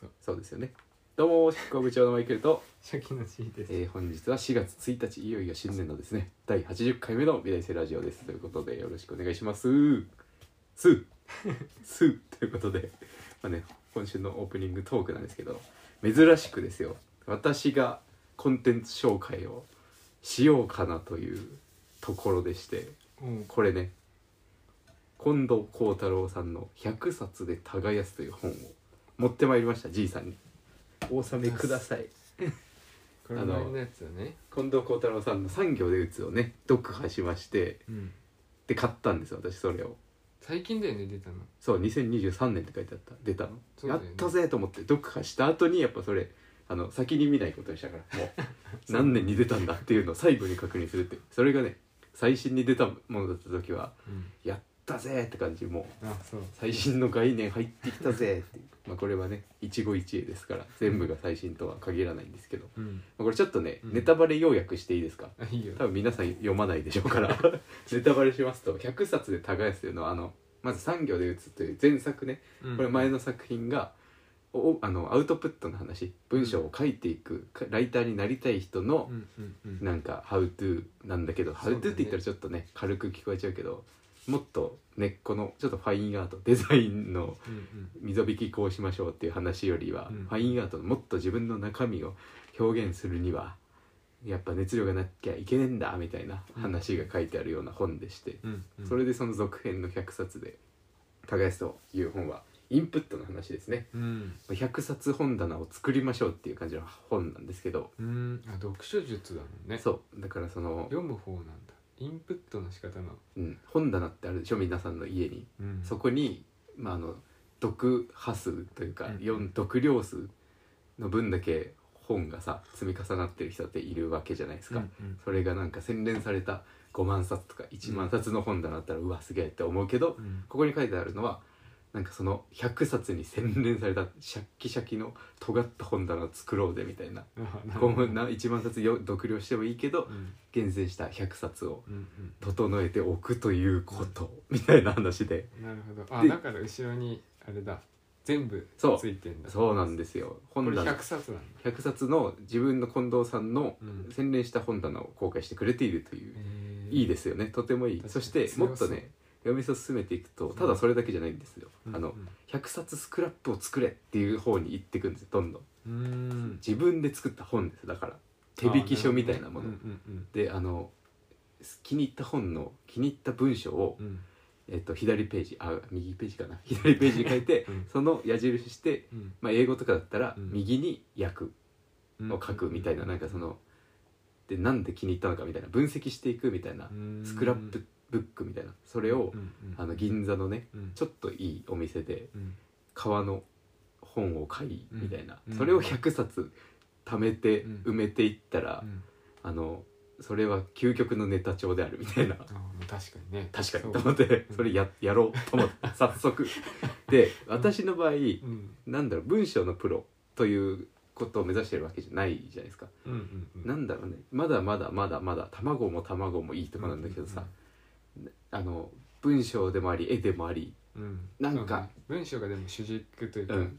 そうそうですよねどうも執行部長のマイケルと、初期の C です、えー本日は4月1日いよいよ新年のですね第80回目の美大生ラジオですということでよろしくお願いしますすーすーということでまあね今週のオープニングトークなんですけど珍しくですよ私がコンテンツ紹介をしようかなというところでしてうんこれね近藤幸太郎さんの「100冊で耕す」という本を持ってまいりましたじいさんにお納めくださいこれあの前のやつだね近藤幸太郎さんの「産業で打つ」をね読破しましてうんで買ったんですよ私それを最近だよね出たのそう2023年って書いてあった出たの、そうだやっよねたぜと思って読破した後にやっぱそれあの先に見ないことにしたからも う何年に出たんだっていうのを最後に確認するってそれがね最新に出たものだった時はうんやったぜって感じもうあそう最新の概念入ってきたぜって いうまあこれはね一期一会ですから全部が最新とは限らないんですけど、まうんあ、これちょっとね、うんネタバレ要約していいですかあいいよ多分皆さん読まないでしょうから ネタバレしますと「100冊で耕す」というのはあのまず「産業で打つ」という前作ねうんこれ前の作品が、おあのアウトプットの話文章を書いていく、かライターになりたい人のうんうんうんなんか「How to」なんだけど「そうだ How ね to」って言ったらちょっとね軽く聞こえちゃうけどもっと根っこのちょっとファインアートデザインのうんうん溝引きこうしましょうっていう話よりは、うんファインアートのもっと自分の中身を表現するにはやっぱ熱量がなきゃいけねえんだみたいな話が書いてあるような本でして、うんうんそれでその続編の100冊で「耕す」という本はインプットの話ですねうん100冊本棚を作りましょうっていう感じの本なんですけど、うんあ読書術だもんねそうだからその、読む方なんだインプットの仕方のうん、本棚ってあるでしょ皆さんの家に。うんそこに、まあ、あの読破数というか、うん読ん読量数の分だけ本がさ積み重なってる人っているわけじゃないですか、うんうんそれがなんか洗練された5万冊とか1万冊の本だなったら、うわすげえって思うけどうんここに書いてあるのはなんかその100冊に洗練されたシャッキシャキの尖った本棚を作ろうぜみたいなあなるほど5万1万冊よ読量してもいいけどうん厳選した100冊をうん整えておくということみたいな話でうんなるほどあでだから後ろにあれだ全部そうついてんだそうなんですよこ本れ棚100冊なんだ100冊の自分の近藤さんのうん洗練した本棚を公開してくれているという、いいでですよねとてもいい確かそにして強もっとね読み進めていくとんただそれだけじゃないんですよ、あのうん100冊スクラップを作れっていう方に行ってくんですよどんどんうん自分で作った本ですだから手引き書みたいなもの、あなるほどねうんであの気に入った本の気に入った文章を、うんうんえっと、左ページあ右ページかな左ページに書いて、 うんその矢印して、うんまあ、英語とかだったらうん右に訳、うんを書くみたいななんかそのでなんで気に入ったのかみたいな分析していくみたいなうんスクラップブックみたいなそれをうんうんあの銀座のねうんちょっといいお店でうん革の本を買いみたいなうんそれを100冊貯めてうん埋めていったらうんあのそれは究極のネタ帳であるみたいなあ確かにね確かそにうと思ってうんそれややろうと思って早 速で私の場合うんなんだろう文章のプロということを目指してるわけじゃないじゃないですかうんうんうんなんだろうねまだまだまだまだ卵も卵もいいとこなんだけどさ、あの文章でもあり絵でもありうんうんなんか文章がでも主軸というかうん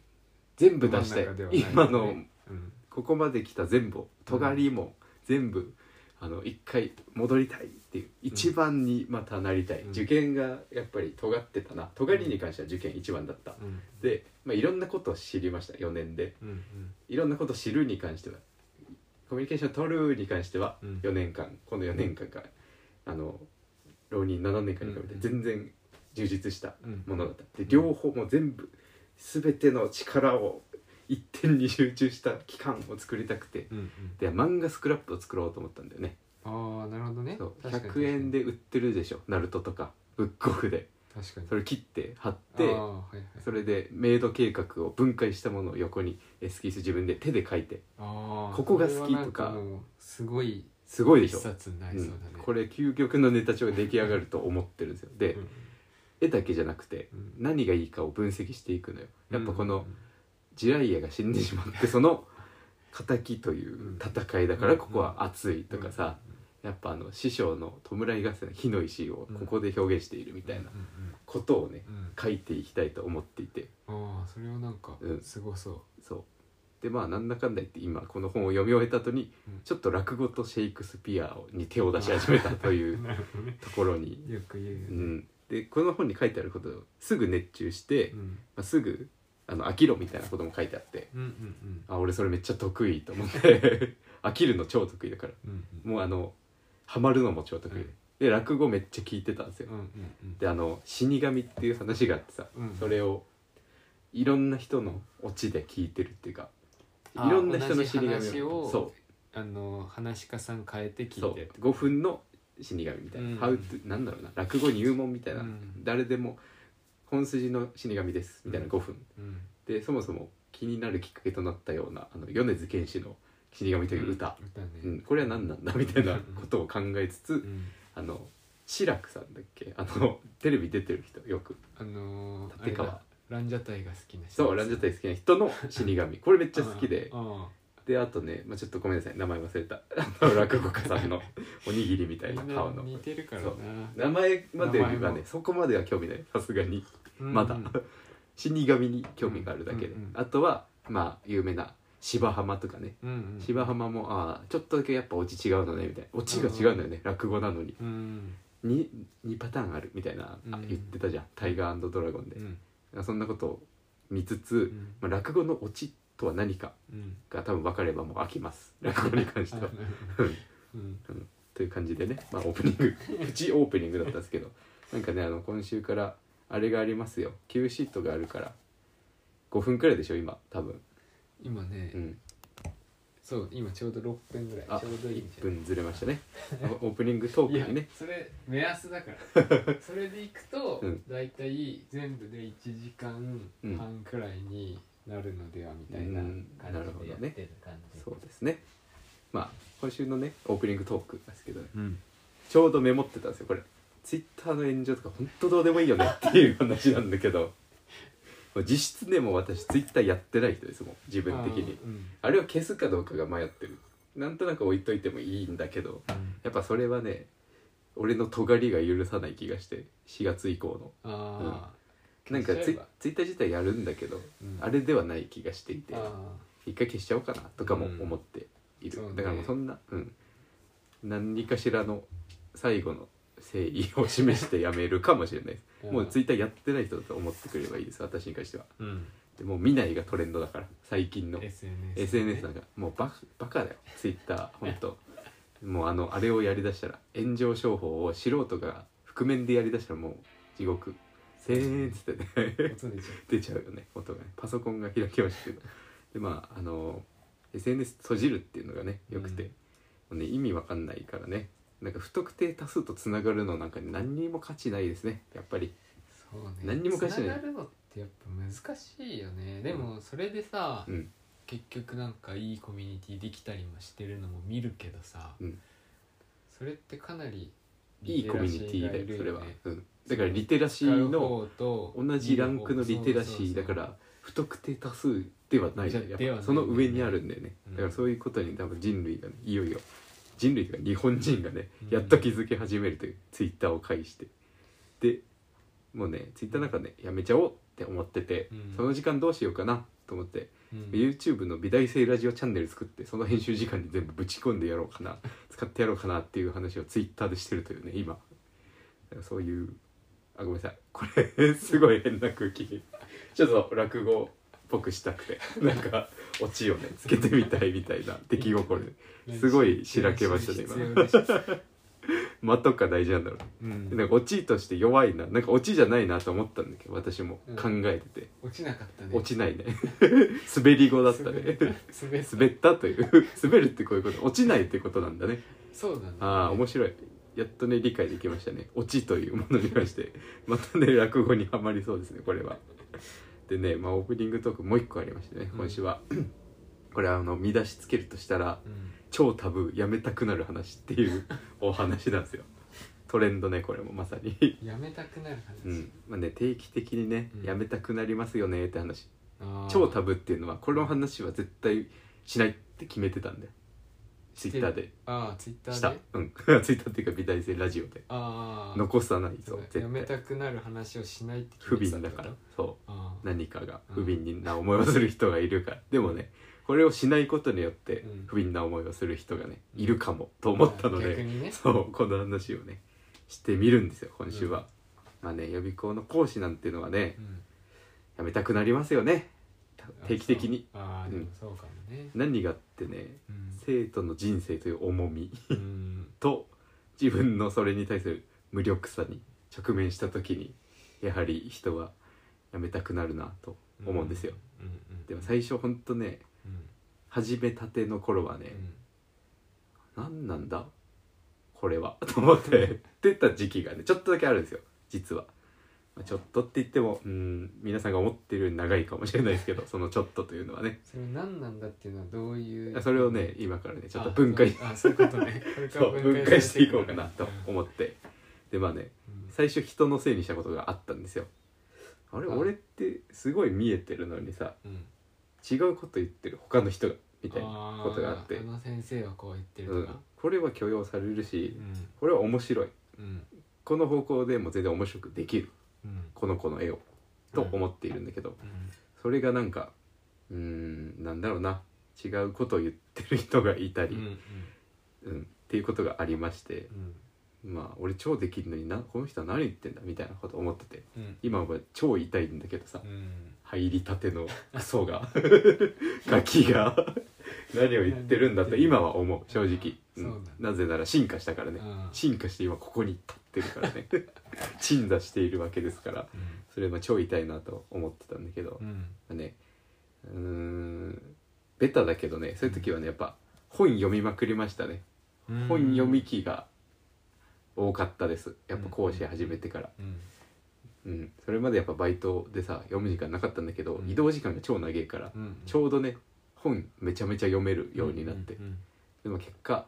全部出したい、真ん中ではないよね今のうんここまで来た全部尖りも全部、あの一回戻りたいっていう一番にまたなりたい、うん受験がやっぱり尖ってたな尖りに関しては受験一番だった、うんで、まあ、いろんなことを知りました4年でうんいろんなことを知るに関してはコミュニケーション取るに関してはうん4年間、この4年間が、あの浪人7年間に比べて全然充実したうんものだった、で両方もう全部全ての力を一点に集中した期間を作りたくてうんうんで漫画スクラップを作ろうと思ったんだよねああなるほどねそう確かに100円で売ってるでしょナルトとかブックオフで確かにそれ切って貼ってああはいはいそれでメイド計画を分解したものを横にエスキス自分で手で書いてああここが好きとかれはなんもうすごいすごいでし一ょ冊になうりんそうだねこれ究極のネタ帳が出来上がると思ってるんですよで、うん絵だけじゃなくてうん何がいいかを分析していくのよやっぱこうのんジライヤが死んでしまってその敵という戦いだからここは熱いとかさ、やっぱあの師匠の弔い合戦の火の石をここで表現しているみたいなうんことをねうんうん書いていきたいと思っていてああそれはなんかうんすごそう、そうでまあなんだかんだ言って今この本を読み終えた後にうんちょっと落語とシェイクスピアに手を出し始めたと いうなるほどねところに、よく 言うようねん、でこの本に書いてあることをすぐ熱中して、うまんあ、すぐあの飽きろみたいなことも書いてあってうんうんあ俺それめっちゃ得意と思って 飽きるの超得意だからうんうんうんもうあのハマるのも超得意で,、うんで落語めっちゃ聞いてたんですようんうんであの死神っていう話があってさ、うんそれをいろんな人のオチで聞いてるっていうかあいろんな人の死神同じ話をそあの話し家さん変えてう聞そいうてって5分の死神みたいな、うんハウトなんだろうな落語入門みたいな、うん誰でも本筋の死神ですみたいなうん5分、うんでそもそも気になるきっかけとなったようなあの米津玄師の「死神」という歌、歌ねうんこれは何なんだみたいなことを考えつつ、うんあの志らくさんだっけあのテレビ出てる人よくあのー、あ立れ川だランジャタイが好きな人そうランジャタイ好きな人の死神これめっちゃ好きでああであとね、まあ、ちょっとごめんなさい名前忘れたあの落語家さん のおにぎりみたいみなん顔なの似てるからそなう名前まで名は前ねもそこまでは興味ないさすがにうんまだ、うん死神に興味があるだけで、うんうんうんあとはまあ有名な芝浜とかねうん芝浜もああちょっとだけやっぱオチ違うのねみたいなオチが違うんだよね、落語なのにうんに 2, パターンあるみたいな、あうん言ってたじゃん「タイガードラゴンで」うんそんなことを見つつ、うんまあ、落語のオチとは何か うんが多分分かればもう飽きます落語に関してあはな。るほうんどうんという感じでね、まあ、オープニングプチオープニングだったんですけどなんかねあの今週からあれがありますよ Q シートがあるから5分くらいでしょ今多分、今ねうん、そう今ちょうど6分ぐらいあちょうどいいんじ1ゃない分ずれましたねオープニングトいーやクにねそれ目安だから それでいくとうん大体全部で1時間半くらいになるのではみたいな感じでやってる感じそうですねまあ今週のねオープニングトークですけどねうんちょうどメモってたんですよこれツイッターの炎上とか本当どうでもいいよねっていう話なんだけど もう実質ねもう私ツイッターやってない人ですもん自分的にあーうんあれを消すかどうかが迷ってるなんとなく置いといてもいいんだけどやっぱそれはね俺の尖りが許さない気がして4月以降のあーなんか消しツイちゃえばツイッター自体やるんだけど、うんあれではない気がしていてあ一回消しちゃおうかなとかも思っている、うんそうねだからもうそんな、うん、何かしらの最後の誠意を示してやめるかもしれないですーもうツイッターやってない人だと思ってくればいいです私に関してはうんでもう見ないがトレンドだから最近の SNS ね SNS なんかもうババカだよツイッターほんともうあのあれをやりだしたら炎上商法を素人が覆面でやりだしたらもう地獄せーんっつってね音出ちゃう出ちゃうよね音がねパソコンが開きましたけどでまああの SNS 閉じるっていうのがねよくて、うんもうね、意味わかんないからねなんか不特定多数とつながるのなんか何にも価値ないですねやっぱりそうね何にもかしない繋がるのってやっぱ難しいよねでもそれでさ、うん結局なんかいいコミュニティできたりもしてるのも見るけどさ、うんそれってかなりいいコミュニティだよリテそれラシーはがいるよね、うん、だからリテラシ使うーの方と同じランクのリテラシーだかそうら不特定多数ではないじゃやっぱではないその上にあるんだよね、うんだからそういうことに多分人類がねいよいよ人類というか日本人がね、うんやっと気づき始めるというツイッターを介してでもうねツイッターなんかねやめちゃおうって思ってて、うんその時間どうしようかなと思って、そうそううん YouTube の美大生ラジオチャンネル作ってその編集時間に全部ぶち込んでやろうかな 使ってやろうかなっていう話をツイッターでしてるというね今だからそういうあごめんなさいこれすごい変な空気ちょっと落語っぽくしたくてなんかオチをねつけてみたいみたいな出来心ですごいしらけましたね今必要だし間とか大事なんだろううんでなんかオチとして弱いななんかオチじゃないなと思ったんだけど私も考えてて、落ちなかったね落ちないね 滑り語だったね滑った滑ったという 滑るってこういうこと落ちないってことなんだねそうだねああ面白いやっとね理解できましたね落ちというものに関してまたね落語にはまりそうですねこれはでねまあオープニングトークもう一個ありましてねうん今週は、 これはあの見出しつけるとしたらうん超タブーやめたくなる話っていう お話なんですよトレンドねこれもまさ にやめたくなる話、うんまあね定期的にねうんやめたくなりますよねって話あー超タブーっていうのはこの話は絶対しないって決めてたんだよツイッターでああツイッタしたーでうん ツイッターっていうか美大生ラジオでああ残さないぞや絶め対たくなる話をしないって不決めて憫たってだかこらとそうああ何かがうん不憫な思いをする人がいるから、でもねこれをしないことによってうん不憫な思いをする人がね、うんいるかもと思ったの逆で、にねそうこの話をねしてみるんですよ今週は、まあね予備校の講師なんていうのはねうんやめたくなりますよねたあ定期的にそうああでうもんそうかもね何があってねうん生徒の人生という重みうんと自分のそれに対する無力さに直面した時にやはり人はやめたくなるなと思うんですよ、うんうんでも最初ほんとねうん始めたての頃はうね、ん何なんだこれは と思って出た時期がねちょっとだけあるんですよ実は、まあ、ちょっとって言ってもうん皆さんが思ってるより長いかもしれないですけどそのちょっとというのはねそれ何なんだっていうのはどういうそれをね今からねちょっとあ分解そうあそういうこと ねこれかそうら分解していこうかなとう思ってでまあねん最初人のせいにしたことがあったんですよあれはい俺ってすごい見えてるのにさうん違うこと言ってる他の人がみたいなことがあってーこの先生はこう言ってうるんとか、これは許容されるしうんこれは面白いうんこの方向でも全然面白くできるうんこの子の絵をと思っているんだけど、うんそれがなんかうーんなんだろうな違うことを言ってる人がいたうり、んうんっていうことがありましてうんまあ俺超できるのになこの人は何言ってんだみたいなこと思っててうん今は超痛いんだけどさ、うん入りたてのクソ がガキが何を言ってるんだと今は思う正直、うんうんそうだねなぜなら進化したからねあー進化して今ここに立ってるから ね鎮座しているわけですからうんそれは超痛いなと思ってたんだけど、うんまあねうーんベタだけどねそういう時はねやっぱ本読みまくりましたね、うん本読み機が多かったですやっぱ講師始めてから、うんうんそれまでやっぱバイトでさ読む時間なかったんだけど、うん移動時間が超長いから、うんちょうどね本めちゃめちゃ読めるようになって、うんでも結果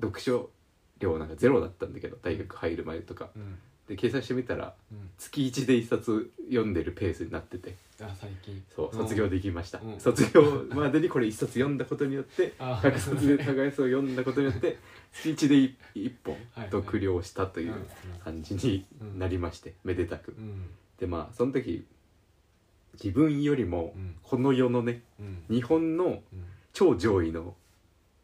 読書量なんかゼロだったんだけど大学入る前とかうんで計算してみたらうん月1で1冊読んでるペースになっててあ最近そう卒業できました、うん卒業までにこれ1冊読んだことによってあ100冊で耕すを読んだことによ って月1で1本はいはい読了したとという感じになりましてめでたくうんでまあその時自分よりもうんこの世のねうん日本のうん超上位の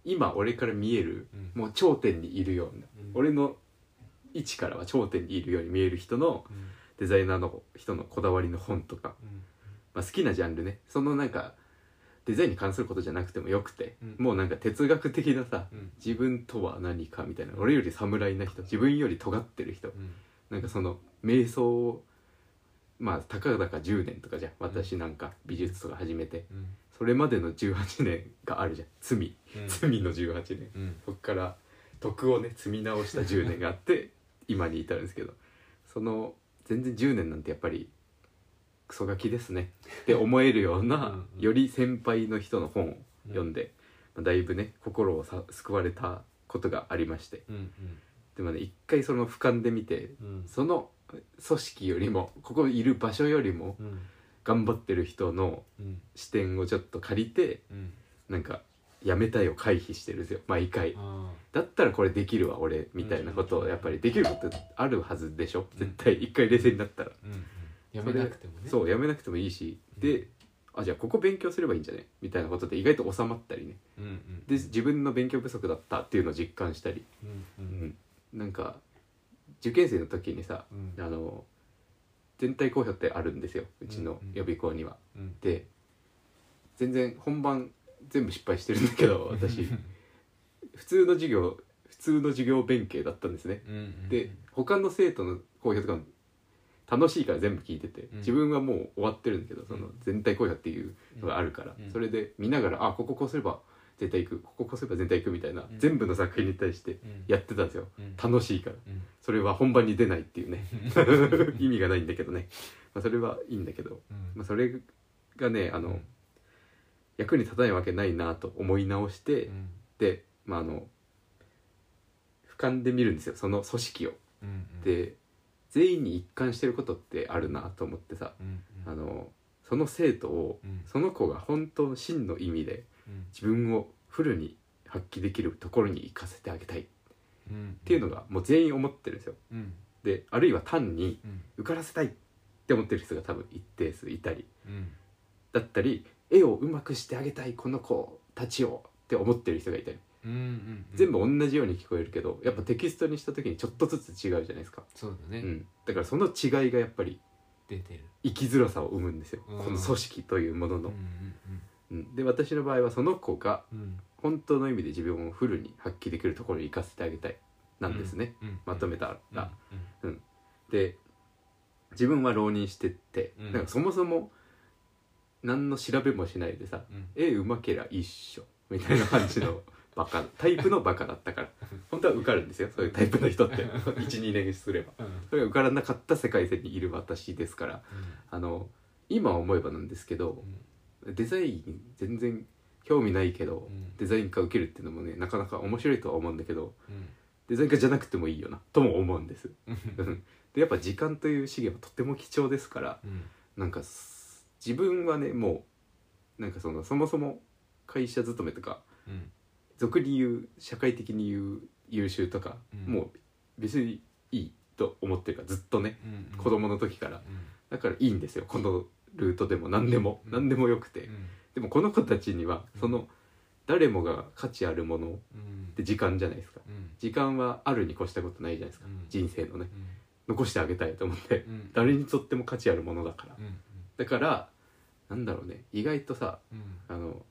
今俺から見えるうんもう頂点にいるようなうん俺の位置からは頂点にいるように見える人のうんデザイナーの人のこだわりの本とか、うんまあ、好きなジャンルねそのなんかデザインに関することじゃなくてもよくて、うんもうなんか哲学的なさうん自分とは何かみたいな俺より侍な人自分より尖ってる人うんなんかその瞑想をまあたかだか10年とかじゃん私なんか美術とか始めてうんそれまでの18年があるじゃん罪うん罪の18年うんそっから徳をね積み直した10年があって 今に至るんですけどその全然10年なんてやっぱりクソガキですねって思えるようなうんうんより先輩の人の本を読んで、まあだいぶね心をさ救われたことがありましてうんでもね一回その俯瞰で見てうんうんその組織よりもここいる場所よりもうん頑張ってる人のうん視点をちょっと借りてうんなんかやめたいを回避してるんですよ毎回。あだったらこれできるわ俺みたいなことをやっぱりできることあるはずでしょ絶対一回冷静になったら、ーうんやめなくてもねそうやめなくてもいいしであじゃあここ勉強すればいいんじゃねみたいなことで意外と収まったりねうんうんで自分の勉強不足だったっていうのを実感したり、うんううんんなんか受験生の時にさうんあの全体公表ってあるんですようちの予備校には。うんで全然本番全部失敗してるんだけど私普通の授業普通の授業弁慶だったんですねうんうんで他の生徒の好評とかも楽しいから全部聞いてて、うん自分はもう終わってるんだけどそのうん全体好評っていうのがあるから、うんそれで見ながらあこここうすれば全体いくこここうすれば全体いくみたいな、ん全部の作品に対してうんやってたんですようん楽しいからうんそれは本番に出ないっていうね 意味がないんだけどね、まあ、それはいいんだけど、うんまあ、それがねあの、うん役に立たないわけないなと思い直して、うんで、まあ、あの俯瞰で見るんですよその組織を。うんうんで全員に一貫してることってあるなと思ってさうんうんあのその生徒をうんその子が本当の真の意味でうん自分をフルに発揮できるところに行かせてあげたいっうんていうのがもう全員思ってるんですようんであるいは単にうん受からせたいって思ってる人が多分一定数いたりうんだったり絵をうまくしてあげたいこの子たちをって思ってる人がいたりうんうん全部同じように聞こえるけどやっぱテキストにした時にちょっとずつ違うじゃないですか、そうだうね、ん、だからその違いがやっぱり出てる生きづらさを生むんですようんこの組織というものうんの、うん、で私の場合はその子がうんうん本当の意味で自分をフルに発揮できるところに行かせてあげたいなんですね、うんまとめたうんら、で自分は浪人してって、うんなんかそもそも何の調べもしないでさうん絵うまけりゃ一緒みたいな感じ のバカタイプのバカだったから本当は受かるんですよそういうタイプの人って 12年すればうんうんそれが受からなかった世界線にいる私ですからあの今思えばなんですけどデザイン全然興味ないけど、うんデザイン科受けるっていうのもねなかなか面白いとは思うんだけどうんデザイン科じゃなくてもいいよなとも思うんですうんうんでやっぱ時間という資源はとても貴重ですからうんなんかす自分はねもうなんかそのそもそも会社勤めとかうん俗に言う社会的に言う優秀とか、うんもう別にいいと思ってるからずっとねうん子供の時からうんだからいいんですよこのルートでも何でもうん何でもよくてうんでもこの子たちにはうんその誰もが価値あるものっうんて時間じゃないですかうん時間はあるに越したことないじゃないですかうん人生のねうん残してあげたいと思ってうん誰にとっても価値あるものだからうんだからなんだろうね意外とさうんあの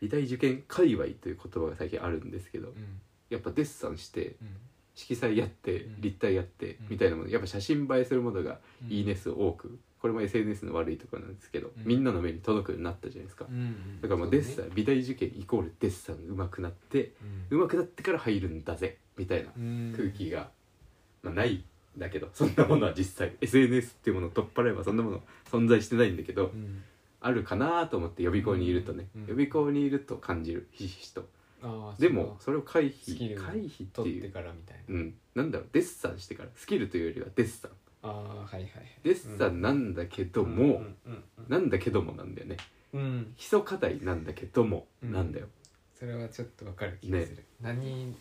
美大受験界隈という言葉が最近あるんですけどうんやっぱデッサンしてうん色彩やってうん立体やってうんみたいなものやっぱ写真映えするものがうんいいね数多くこれも SNS の悪いところなんですけどうんみんなの目に届くようになったじゃないですかうんうんだからまあそうデねッサン美大受験イコールデッサン上手くなって上手くなってから入るんだぜみたいなうん空気が、まあ、ないんだけどそんなものは実際 SNS っていうものを取っ払えばそんなもの存在してないんだけどうんあるかなと思って予備校にいるとね、うん予備校にいると感じるひしひしとああでもそそれを回スキ避ルを回避うって取っいてうからみたいなうんなんだろうデッサンしてからスキルというよりはデッサンああはいはいデッサンなんだけども、うんうんうんなんだけどもなんだよねうん基礎課題なんだけどもうんなんだよ、それはちょっとわかる気がする何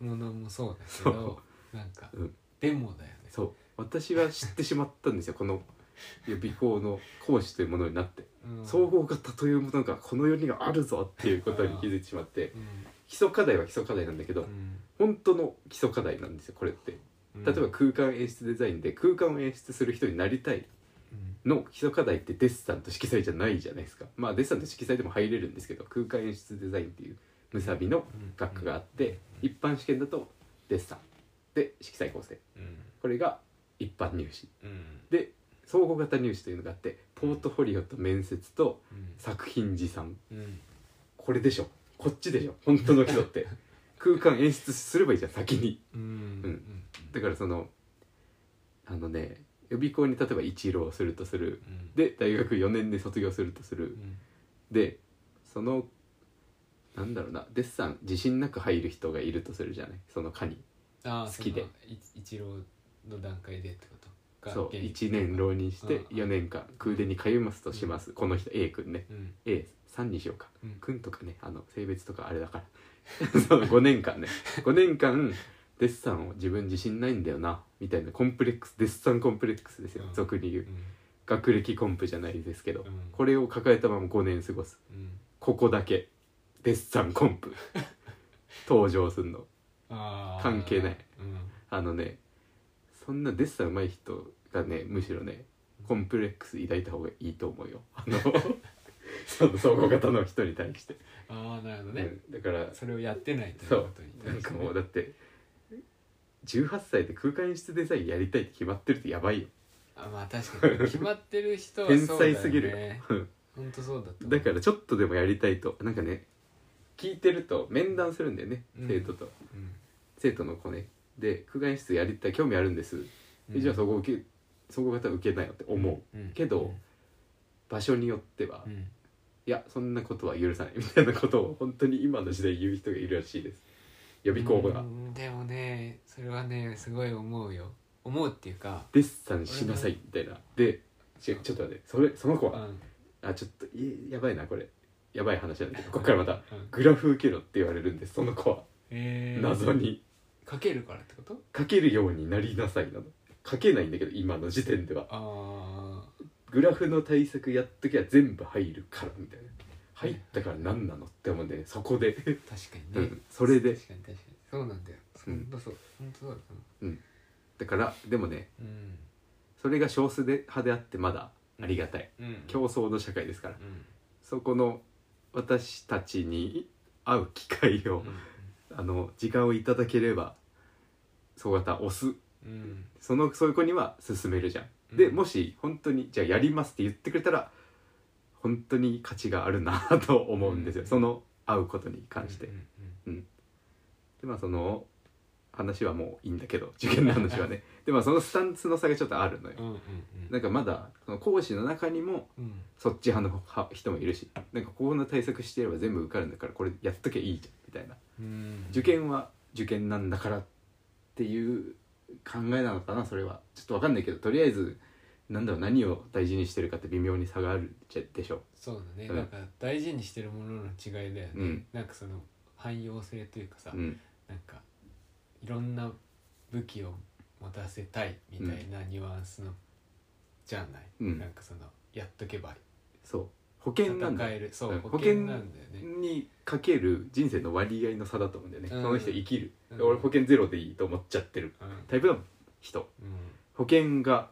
ものもそうだけどなんかうんでもだよねそう私は知ってしまったんですよこの予備校の講師というものになってうん総合型というものがこの世にはあるぞっていうことに気づいてしまってうん基礎課題は基礎課題なんだけど本当の基礎課題なんですよこれってうん例えば空間演出デザインで空間を演出する人になりたいうんの基礎課題ってデッサンと色彩じゃないじゃないですかまあデッサンと色彩でも入れるんですけど空間演出デザインっていうむさびの学科があって一般試験だとデッサンで色彩構成うんこれが一般入試うんで総合型入試というのがあってポートフォリオと面接とうん作品持参うんこれでしょこっちでしょ本当の人って 空間演出すればいいじゃん先にうんうんだからそのあのね予備校に例えば一浪するとするうんで大学4年で卒業するとすうるんでそのなんだろうなデッサン自信なく入る人がいるとするじゃないその科にああ好きでそのい一郎の段階でってことがそう現役1年浪人してうん4年間空手に通いますとしますこの人 A 君ねうん A3 にしようかうん君とかねあの性別とかあれだから その5年間ね5年間デッサンを自分自信ないんだよなみたいなコンプレックスデッサンコンプレックスですようん俗に言ううん学歴コンプじゃないですけどうんこれを抱えたまま5年過ごすうんここだけデッサンコン プ登場すんのあー関係ないうんあのねそんなデッサン上手い人がねむしろねコンプレックス抱いた方がいいと思うよあ のその総合型の人に対して、ああなるほどねうんだからそれをやってないとそいうこうとに対してなんかもうだって18歳で空間演出デザインやりたいって決まってるとやばいよあまあ確かに決まってる人は天そうだ才よねすぎるよ、うん本当そうだと思うだからちょっとでもやりたいとなんかね聞いてると面談するんだよね、うん生徒とうん生徒の子ねで空間演出やりたい興味あるんです、うんじゃあそこ受けそこ型受けないよって思う、うんけど場所によっては、ういんやそんなことは許さないみたいなことを本当に今の時代言う人がいるらしいです予備校が、うんでもねそれはねすごい思うよ思うっていうかデッサンしなさいみたいなでちょちょっと待ってそれその子うは、んあちょっといやばいなこれやばい話なんだけどここからまたうんグラフ受けろって言われるんですその子はえー、謎にかけるからってこと書けるようになりなさいなの書けないんだけど今の時点ではあグラフの対策やっときゃ全部入るからみたいな入ったから何なのって思うんだよねそこで、あ確かうにねん、それで確かに確かにそうなんだようほんんとそうほんとそうだと思だからでもねううんそれが少数で派であってまだありがたいうん競争の社会ですからうんそこの私たちに会う機会を、あの時間をいただければそうた押すうんそのそういう子には勧めるじゃん、でうんもし本当にじゃあやりますって言ってくれたら本当に価値があるなと思うんですよ、うんその会うことに関して、うんうんうんでまあその話はもういいんだけど受験の話はねでまあそのスタンスの差がちょっとあるのよ、うんうんなんかまだその講師の中にもうんそっち派のは人もいるしなんかこんな対策してれば全部受かるんだからこれやっときゃいいじゃんみたいなうん受験は受験なんだからっていう考えなのかなそれはちょっとわかんないけどとりあえずなんだろう何を大事にしてるかって微妙に差があるじゃでしょそうだね、うんなんか大事にしてるものの違いだよね、うんなんかその汎用性というかさ、うんなんかいろんな武器を持たせたいみたいなニュアンスの、じゃない、うんなんかそのやっとけばそう保険なんだ戦えるそううん保険なんだよねにかける人生の割合の差だと思うんだよね、うんその人生きる、うん俺保険ゼロでいいと思っちゃってるうんタイプの人うん保険が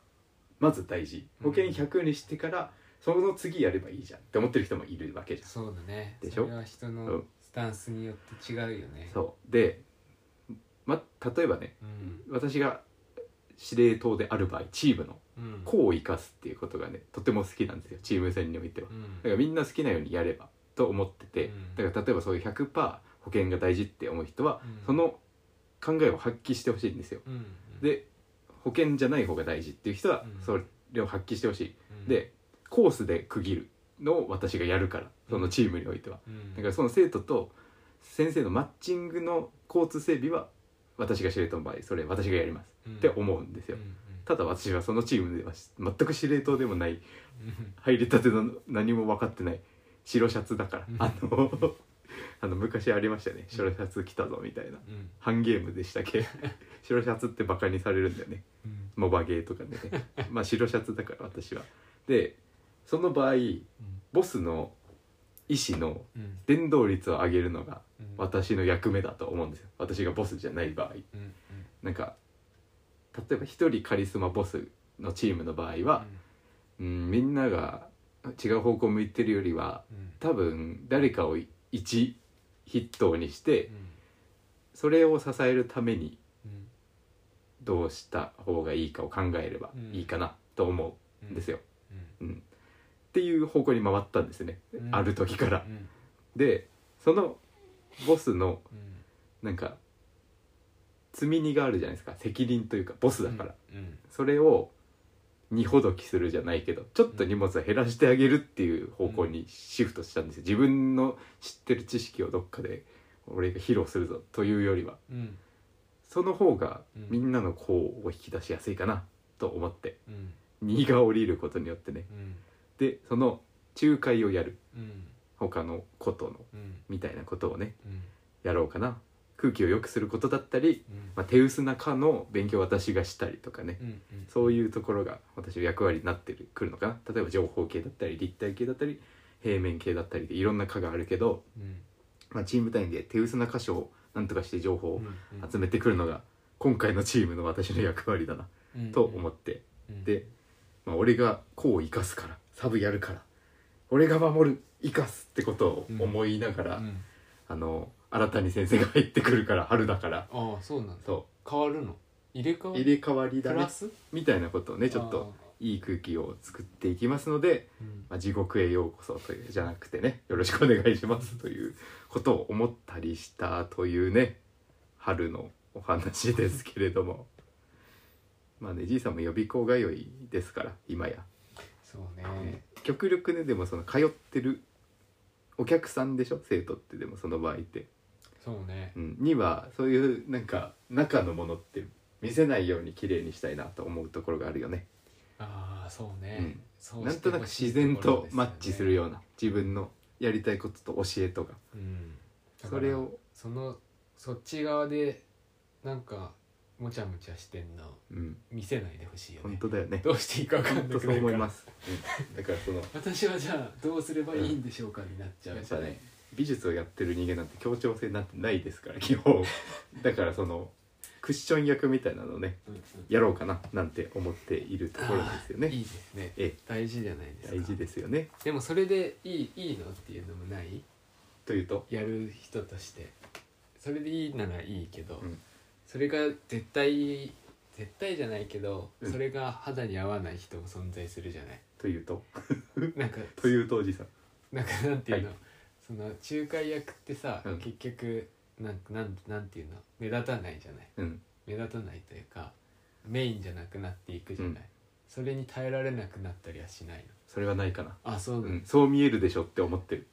まず大事うん保険100にしてからその次やればいいじゃんって思ってる人もいるわけじゃんそうだねでしょそれは人うのんスタンスによって違うよねそうで、ま、例えばねうん私が司令塔である場合チームのうん個を生かすっていうことがねとても好きなんですよチーム戦においてはうだからんみんな好きなようにやればと思ってて、うんだから例えばそういう100%保険が大事って思う人は、うんその考えを発揮してほしいんですよ、うんで保険じゃない方が大事っていう人はうんそれを発揮してほしい、うんでコースで区切るのを私がやるからそのチームにおいては、うんだからその生徒と先生のマッチングの交通整備は私が司令塔の場合それ私がやりますうっんて思うんですよ、うんうんただ私はそのチームではし全く司令塔でもないうん入りたての何も分かってない白シャツだから、うんあの あの昔ありましたね白シャツ着たぞみたいなうんハンゲームでしたっけ白シャツってバカにされるんだよねうんモバゲーとかで ねまあ白シャツだから私はでその場合ボスの意思のうん伝導率を上げるのがうん私の役目だと思うんですよ私がボスじゃない場合うんうんなんか例えば一人カリスマボスのチームの場合は、うん、みんなが違う方向向いてるよりはうん多分誰かを一筆頭にしてうんそれを支えるためにうんどうした方がいいかを考えればいいかなと思ううんんですよ、うんっていう方向に回ったんですね、うんある時からう。んでそのボスのうんなんか積み荷があるじゃないですか責任というかボスだから、うんそれを荷ほどきするじゃないけどちょっと荷物を減らしてあげるっていう方向にシフトしたんですよ自分の知ってる知識をどっかで俺が披露するぞというよりはうんその方がうんみんなの功を引き出しやすいかなと思ってうん荷が下りることによってねうんでその仲介をやるうん他のことのうんみたいなことをねうんやろうかな空気を良くすることだったりうんまあ、手薄な科の勉強を私がしたりとかね、うんうんそういうところが私の役割になってるくるのかな例えば情報系だったり立体系だったり平面系だったりでいろんな科があるけど、うんまあ、チーム単位で手薄な箇所をなんとかして情報をうん集めてくるのが今回のチームの私の役割だなうんと思って、うんで、まあ、俺がこう生かすからサブやるから俺が守る生かすってことを思いながら、うんあの新たに先生が入ってくるから春だからああそうなんだそ変わるの入れ替うわ入れ替わりだプねラスみたいなことをねちょっといい空気を作っていきますので、うんまあ、地獄へようこそというじゃなくてねよろしくお願いしますということを思ったりしたというね春のお話ですけれども まあねじいさんも予備校通いですから今やそうね極力ねでもその通ってるお客さんでしょ生徒ってでもその場合って、そうねうん、にはそういうなんか中のものって見せないように綺麗にしたいなと思うところがあるよね。ああそううねんそうなんしてとなくほし自いころ然とマッチするですよねような自分のやりたいことと教えとかうんだかそられを、そのそっち側でなんかもちゃもちゃしてんのうん、見せないでほしいよ本ね当だよねどうしていいか分かん本な当くそうなる思かいらます、うん、だからその私はじゃあどうすればいいんでしょうかになっちゃうやっぱね美術をやってる人間なんて協調性なんてないですから基 本だからそのクッション役みたいなのをねうんうんやろうかななんて思っているところですよねあーいいですねえ大事じゃないでえすか大事ですよねでもそれでいいいいのっていうのもないというとやる人としてそれでいいならいいけど、うんそれが絶対絶対じゃないけど、うんそれが肌に合わない人も存在するじゃないというとなんかというとおじさんなんかなんていうの、はその仲介役ってさ、うん結局なんかなんなんていうの目立たないじゃないうん目立たないというかメインじゃなくなっていくじゃない、うんそれに耐えられなくなったりはしないそれはないかな、のあそううなんん、だそう見えるでしょって思ってる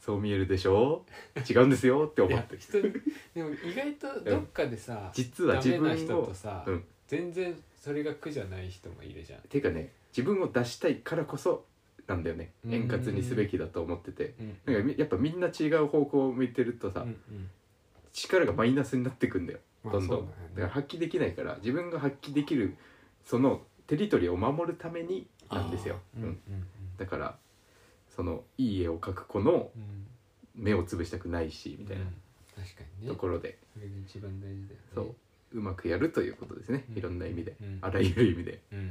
そう見えるでしょ違うんですよってい思やってる人にでも意外とどっかでさ、実は自分をダメな人とさ、うん全然それが苦じゃない人もいるじゃんていうかね自分を出したいからこそなんだよね円滑にすべきだと思っててうんなんかみやっぱみんな違う方向を向いてるとさ、うんうん力がマイナスになってくんだよまあどんどん、そだうだからよね発揮できないから自分が発揮できるそのテリトリーを守るためになんですよ、あーううんんうんだからそのいい絵を描く子のうんうん目を潰したくないしみたいなうん確かにねところで、それが一番大事だよねそううまくやるということですね、うんいろんな意味で、うんあらゆる意味でうんうん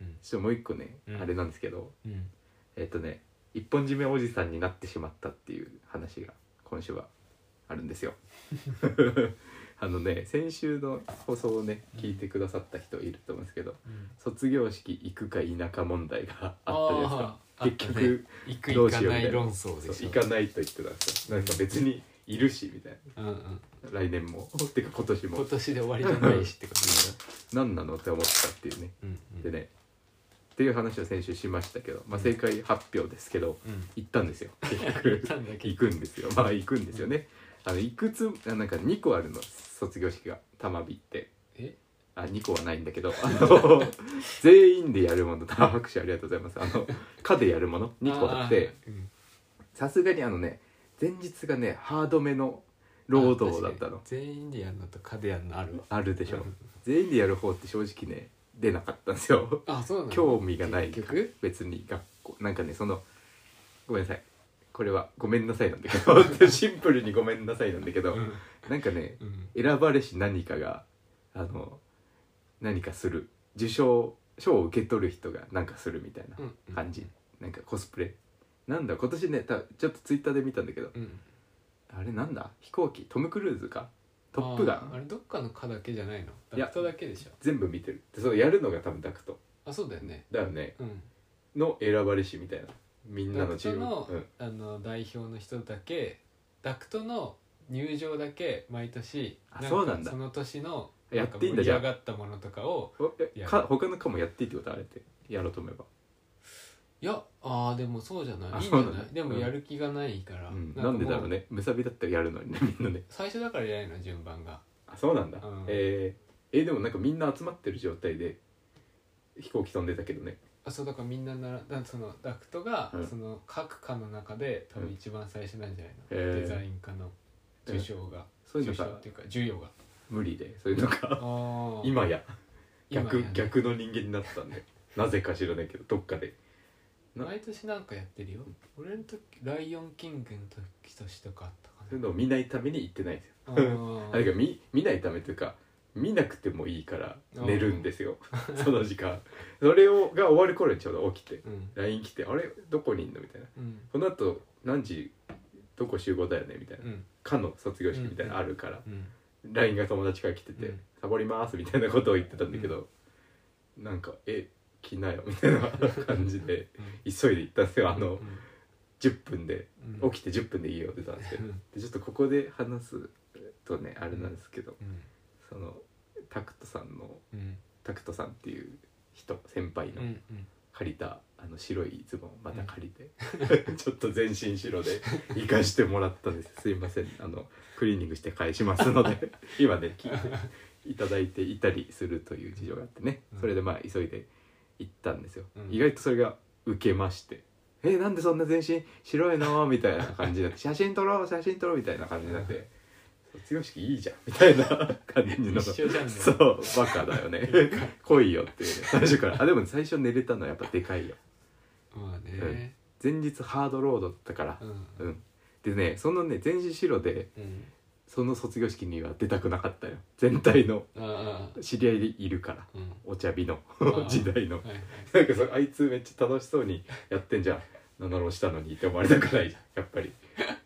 うんちょっともう一個ね、うんあれなんですけどうんえっ、とね一本締めおじさんになってしまったっていう話が今週はあるんです よあのね先週の放送をね聞いてくださった人いると思うんですけどうん卒業式行くか否か問題があったじゃないですかあー結局あったねど行うく行しかようみなたいない論争そうでしょ行かないと言ってたんですよなんか別にいるしみたいうんうんな来年もってか今年も今年で終わりじゃないしってことだよ何なのって思ったっていうねうんうんでねっていう話を先週しましたけど、まあ、正解発表ですけどうん行ったんですよ結行っ局たんだけ行どくんですよまあ行くんですよねあのいくつあなんか2個あるの卒業式が玉火ってえあ2個はないんだけどあ の全員でやるもの大拍手ありがとうございますあの「か」でやるもの2個あってあーうんさすがにあのね前日がねハードめの労働だったあの確かに全員でやるのとかでやるのあるわあるでしょ、うん全員でやる方って正直ね出なかったんですよあそうなの興味がない結局別に学校なんかねそのごめんなさいこれはごめんなさいなんだけど シンプルにごめんなさいなんだけどうんなんかねうん選ばれし何かがあの何かする受賞賞を受け取る人がなんかするみたいなうん感じ、なんかコスプレなんだ今年ねたちょっとツイッターで見たんだけどうんあれなんだ飛行機トム・クルーズかトップガあーあンれどっかの科だけじゃないのいやダクトだけでしょ全部見てるでそのやるのが多分ダクトあそうだよねだよねうんの選ばれしみたいなみんなダのクチトームの,、うん、あの代表の人だけダクトの入場だけ毎年あかそうなんだその年のやっていいんだなか盛りじゃあ上がったものとかをおいえやか他の科もやっていいってことあれってやろうと思えばいやあーでもそうじゃなあいいいんじゃそうななんいだでもうんやる気がないから、うんかなんもでだろうねむさびだったらやるのにねみんなね最初だからやないの順番があそうなんだ、うんえーえーでもなんかみんな集まってる状態で飛行機飛んでたけどねあそうだからみんなならだからそのダクトが、うんその各科の中で多う分ん一番最初なんじゃないの、へーデザイン科の受賞が、そういう受の賞がっていうか授与が無理でそういうのがあー今や今逆やね逆の人間になったんでなぜか知らないけどどっかでな毎年なんかやってるよ俺の時ライオンキングの時としとかあったそういかうのを見ないために行ってないんですよ なあだから見見ないためというか見なくてもいいから寝るんですよ その時間それをが終わる頃にちょうど起きてうん LINE 来て「あれどこにいんの?」みたいなうん「この後何時どこ集合だよね?」みたいなうん「かの卒業式」みたいなのあるからうん LINE が友達から来てうてん「サボります」みたいなことを言ってたんだけどなんか「え来なよ」みたいな感じ で急いで行ったんですよあの10分でうん起きて10分で家を出たんですけうどんでちょっとここで話すとねあれなんですけどうんそのタクトさんのうんタクトさんっていう人先輩うのん借りたあの白いズボンをまた借りて、 ちょっと全身白で行かしてもらったんですすいませんあのクリーニングして返しますの で今ね聞いていただいていたりするという事情があってね、うんそれでまあ急いで行ったんですよ、うん意外とそれが受けまして「へえなんでそんな全身白いの?」みたいな感じになって「写真撮ろう写真撮ろう」みたいな感じになって「卒業式いいじゃん」みたいな感じの一緒じゃんねそうバカだよ ね来いよっていうね最初からあでも最初寝れたのはやっぱでかいよまあね前日ハードロードだったからうんうん、でねそのね全身白でうんその卒業式には出たくなかったよ全体のあああ知り合いでいるからうんお茶日のー時代のはいはいなんかそあいつめっちゃ楽しそうにやってんじゃん何だろうしたのにって思われたくないじゃんやっぱり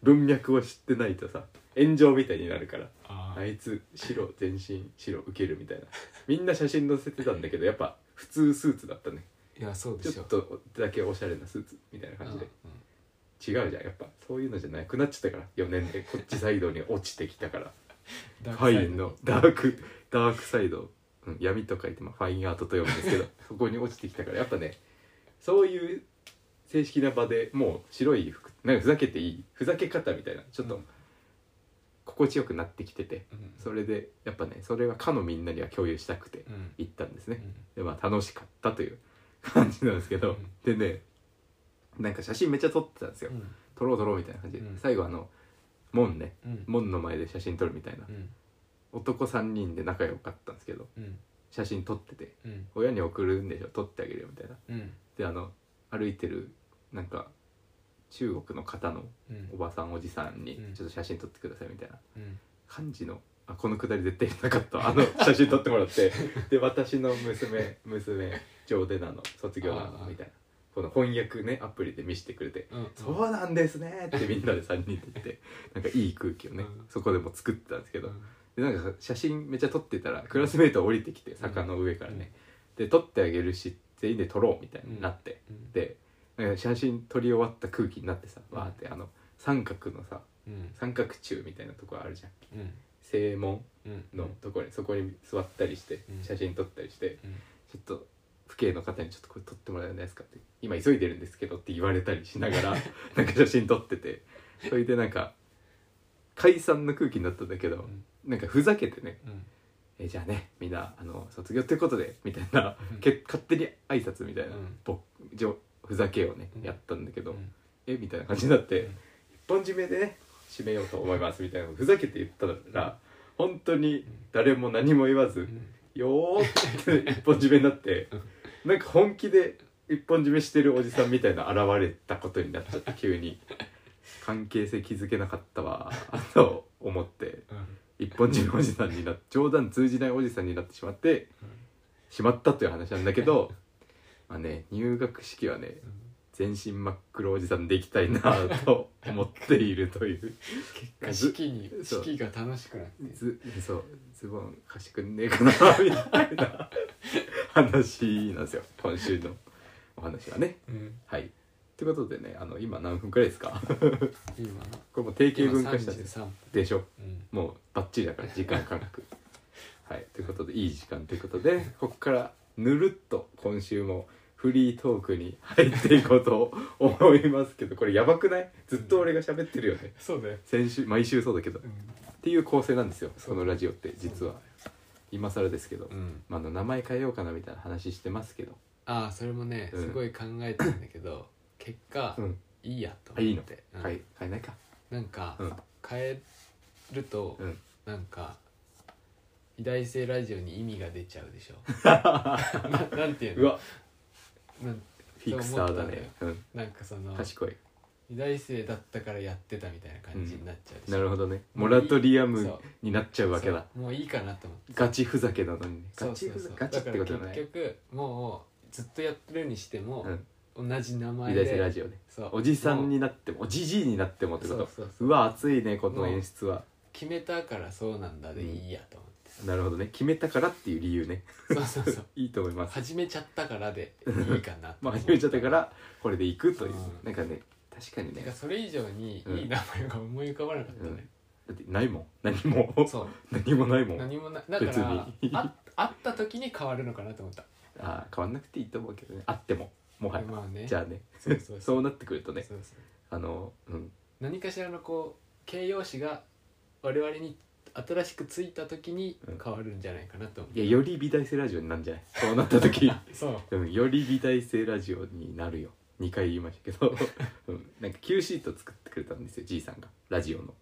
文脈を知ってないとさ炎上みたいになるからああーいつ白全身白受けるみたいなみんな写真載せてたんだけどやっぱ普通スーツだったねいやそうでちしょょっとだけおしゃれなスーツみたいな感じで違うじゃんやっぱそういうのじゃなくなっちゃったから4年でこっちサイドに落ちてきたからうんファインのダークダークサイド、うん、闇と書いて、まあ、ファインアートと読むん ですけどそこに落ちてきたからやっぱねそういう正式な場でもう白い服なんかふざけていいふざけ方みたいなちょっとうん心地よくなってきてて、うんそれでやっぱねそれはかのみんなには共有したくてうん行ったんですね、うんでまあ楽しかったという感じなんですけど、でねなんか写真めっちゃ撮ってたんですよ、うん撮ろう撮ろうみたいな感じで、うん最後あの門ねうん門の前で写真撮るみたいな、うん男3人で仲良かったんですけどうん写真撮っててうん親に送るんでしょ撮ってあげるよみたいなうんであの歩いてるなんか中国の方のうんおばさんおじさんにうんちょっと写真撮ってくださいみたいなうん感じのあこのくだり絶対なかったあ の写真撮ってもらってで私の娘娘上でなの卒業なあのーみたいなこの翻訳ねアプリで見せてくれてうんそうなんですねってみんなで3人で言ってなんかいい空気をねうんそこでも作ってたんですけうどんでなんか写真めっちゃ撮ってたらクラスメート降りてきて坂の上からねで撮ってあげるし全員で撮ろうみたいになってうんでなんか写真撮り終わった空気になってさわーってあの三角のさうん三角柱みたいなとこあるじゃんうん正門うんのところにそこに座ったりしてうん写真撮ったりしてうんちょっと父兄の方にちょっとこれ撮ってもらえないですかって今急いでるんですけどって言われたりしな がらなんか写真撮っててそれでなんか解散の空気になったんだけどうんなんかふざけてねうん「えじゃあねみんなあの卒業ということで」みたいな、うんけ勝手に挨拶みたいな、うんぼじょふざけをねうんやったんだけど「うんえみたいな感じになって、うん一本締めでね締めようと思いますみたいなふざけて言ったら本当に誰も何も言わず。うんよーって一本締めになってなんか本気で一本締めしてるおじさんみたいな現れたことになっちゃって急に関係性築けなかったわーと思ってうん一本締めおじさんになって冗談通じないおじさんになってしまってしまったという話なんだけどまあね入学式はねうん全身真っ黒おじさんでいきたいなーと思っているという結果式にそう式が楽しくなってずそうズボン貸してくんねえかなみたいな話なんですよ今週のお話はねうんはいということでねあの今何分くらいですかこ今れもう定型今文化したんです33分でしょうんもうバッチリだから時間感覚 はいということでいい時間ということでここからぬるっと今週もフリートークに入っていこうと思いますけどこれやばくないずっと俺が喋ってるよねそうだよ先週毎週そうだけどうんっていう構成なんですよそのラジオって実は今更ですけど、うんまあ、あの名前変えようかなみたいな話してますけど、ああそれもねうんすごい考えたんだけど結果うん、いいやとあいい思のって変え変えないかうんなんかうん変えるとうんなんか偉大性ラジオに意味が出ちゃうでしょななんていううのわなんフィクサーだねうんなんかその賢い偉大生だったからやってたみたいな感じになっちゃうでしょなるほどねモもういいラトリアムそになっちゃうわけだそうもういいかなと思ってガチふざけなのにねそガうそチうふそざうガチってことだだからね結局もうずっとやってるにしてもうん同じ名前美大生ラでジオねそうおじさんになってもおじじいになってもってこそうとそうそううわ熱いねこの演出は決めたからそうなんだでいいやと思ってなるほどね決めたからっていう理由ねそうそうそういいと思います始めちゃったからでいいかなとまあ思始めちゃったからこれでいくといううんなんかね確かにてねかそれ以上にいい名前が思い浮かばなかったね、だってないもん何もそう何もないもん何もない だか別らにあ会った時に変わるのかなと思った、あー変わんなくていいと思うけどねあってももはや、まあねじゃあねそうそうそううなってくるとねそうそうあのうん何かしらのこう形容詞が我々に新しくついた時に変わるんじゃないかなと思いや より美大生ラジオになるんじゃないそうなった時う、そううんより美大生ラジオになるよ2回言いましたけ ど、うん、なんか Q シート作ってくれたんですよじいさんがラジオの。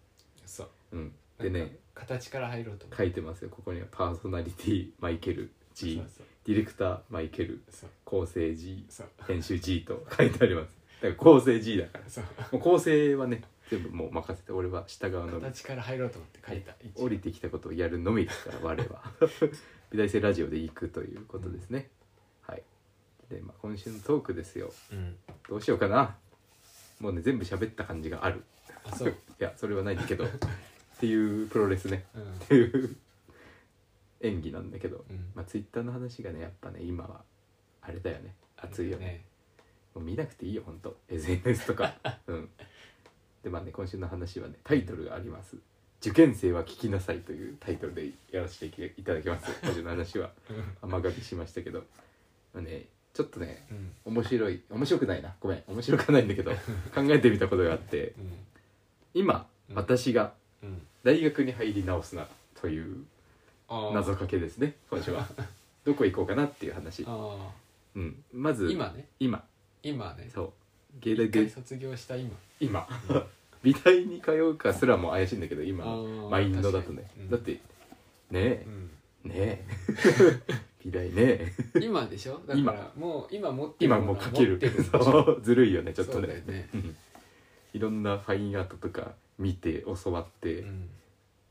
そううん、でなんねか形から入ろうと思書いてますよここにはパーソナリティマイケル G そうディレクターマイケルそう構成 G そう編集 G と書いてありますだから構成 G だからそうもう構成はね全部もう任せて俺は下側そうの形から入ろうと思って書いた一降りてきたことをやるのみですから我 は美大生ラジオで行くということですね、はいで、まあ、今週のトークですようんどうしようかなもうね全部喋った感じがあるあそう いやそれはないんだけどっていうプロレスねうんっていう 演技なんだけど、うんまあツイッターの話がねやっぱね今はあれだよね熱いよねもう見なくていいよほんと SNS と かうんでまあね今週の話はねタイトルがあります「受験生は聞きなさい」というタイトルでやらせていただきます今週の話はうん甘がみしましたけど、まあね、ちょっとねうん面白い面白くないなごめん面白くはないんだ けど考えてみたことがあってうん今うん私がうん大学に入り直すなというああ謎かけですね今週 はどこ行こうかなっていう話あうんまあず今ね今今ねそう芸大一回で卒業した今今 美大に通うかすらも怪しいんだけど今あーのマインドだとね確、かにうんだってねえうん ねえ美大ねえ今でしょだか今らもう今持って今もものうはかける持ってんでしょそうずるいよ ねちょっとそうだねよねうんいろんなファインアートとか見て教わって、うん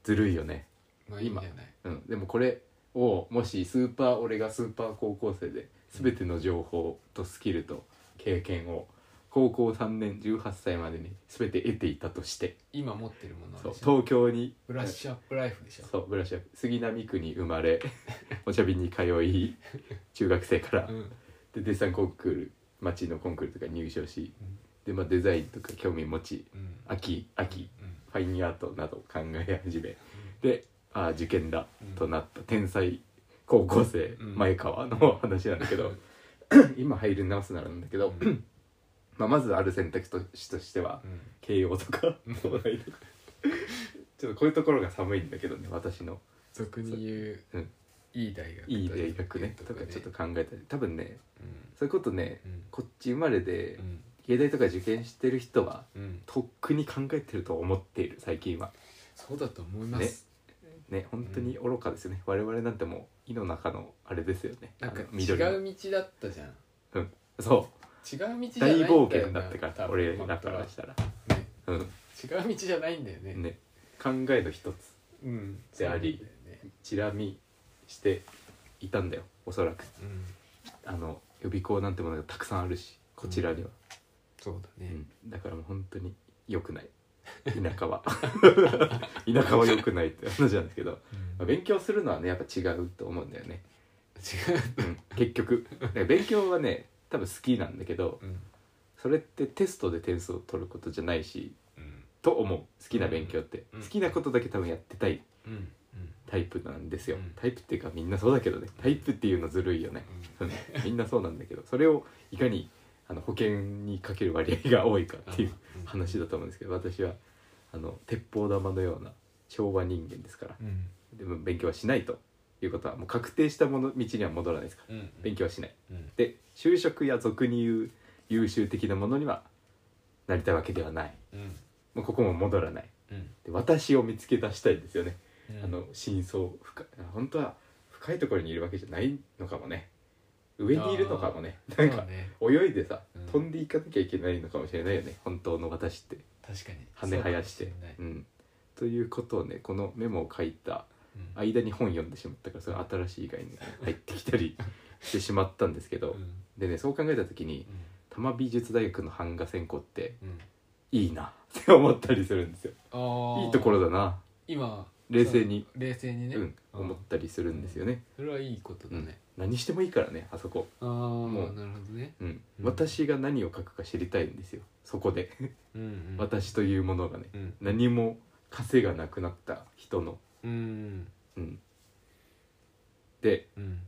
ずるいよね、まあいいんじゃないうん、でもこれをもしスーパー俺がスーパー高校生で全ての情報とスキルと経験を高校3年18歳までに全て得ていたとして今持ってるものそうでしょ東京にブラッシュアップライフでしょそうブラッシュアップ杉並区に生まれお茶瓶に通 い中学生から、うんでデッサンコンクール町のコンクールとか入賞しで、まあ、デザインとか興味持ちうん秋秋うんファインアートなど考え始めでああ受験だとなった天才高校生うん前川の話なんだ けど、今入り直すならなんだけど、うんまあ、まずある選択肢ととしてはうん慶応とかうん東大とかちょっとこういうところが寒いんだけどね私の俗に言ううんいい大学いい大学ねととかかねちょっと考えたり多分ねうんそういうことねこっち生まれでうん芸大とか受験してる人はうんうんとっくに考えてると思っている最近はそうだと思いますね本当に愚かですよね、我々なんてもう井の中のあれですよねなんかあの違のう道だったじゃんそ違う道うじゃない大んだよ冒険なだったか多ら分俺らからしたらねうん違う道じゃないんだよねね考えの一つうんでありそうなんだよねチラ見していたんだよおそらくうんあの予備校なんてものがたくさんあるしこちらには、そうだねうんだからもう本当に良く ない田舎は 田舎は良くないって話なんですけど、まあ違う勉強するのはねやっぱ違うと思うんだよね、うん、結局だから勉強はね多分好きなんだけどうんそれってテストで点数を取ることじゃないしうんと思う好きな勉強って、うん好きなことだけ多分やってたいうんうんタイプなんですよ、うんタイプっていうかみんなそうだけどねタイプっていうのずるいよね、うんみんなそうなんだけどそれをいかにあの保険にかける割合が多いかっていううん話だと思うんですけど私はあの鉄砲玉のような昭和人間ですからうんでも勉強はしないということはもう確定したもの道には戻らないですからうん勉強はしないうんで就職や俗に言う優秀的なものにはなりたいわけではないうんもうここも戻らないうんで私を見つけ出したいんですよね、うんあの真相深い本当は深いところにいるわけじゃないのかもね上にいるのかもねなんそかうね泳いでさ、うん飛んでいかなきゃいけないのかもしれないよね本当の私って確かに羽生やして、そうかもれないうん、ということをねこのメモを書いたうん間に本読んでしまったからそれ新しい以外に入ってきた りしてしまったんですけど、うんでねそう考えた時に多摩美術大学の版画専攻ってうんいいなって思ったりするんですよあーいいところだな今冷静にそう冷静にね、うん、思ったりするんですよね、それはいいことだうんね、何してもいいからねあそこ、あもあうなるほどねうんうん私が何を書くか知りたいんですよそこで、うん、うん、私というものがねうん何も稼がなくなった人の、うんうん、でうん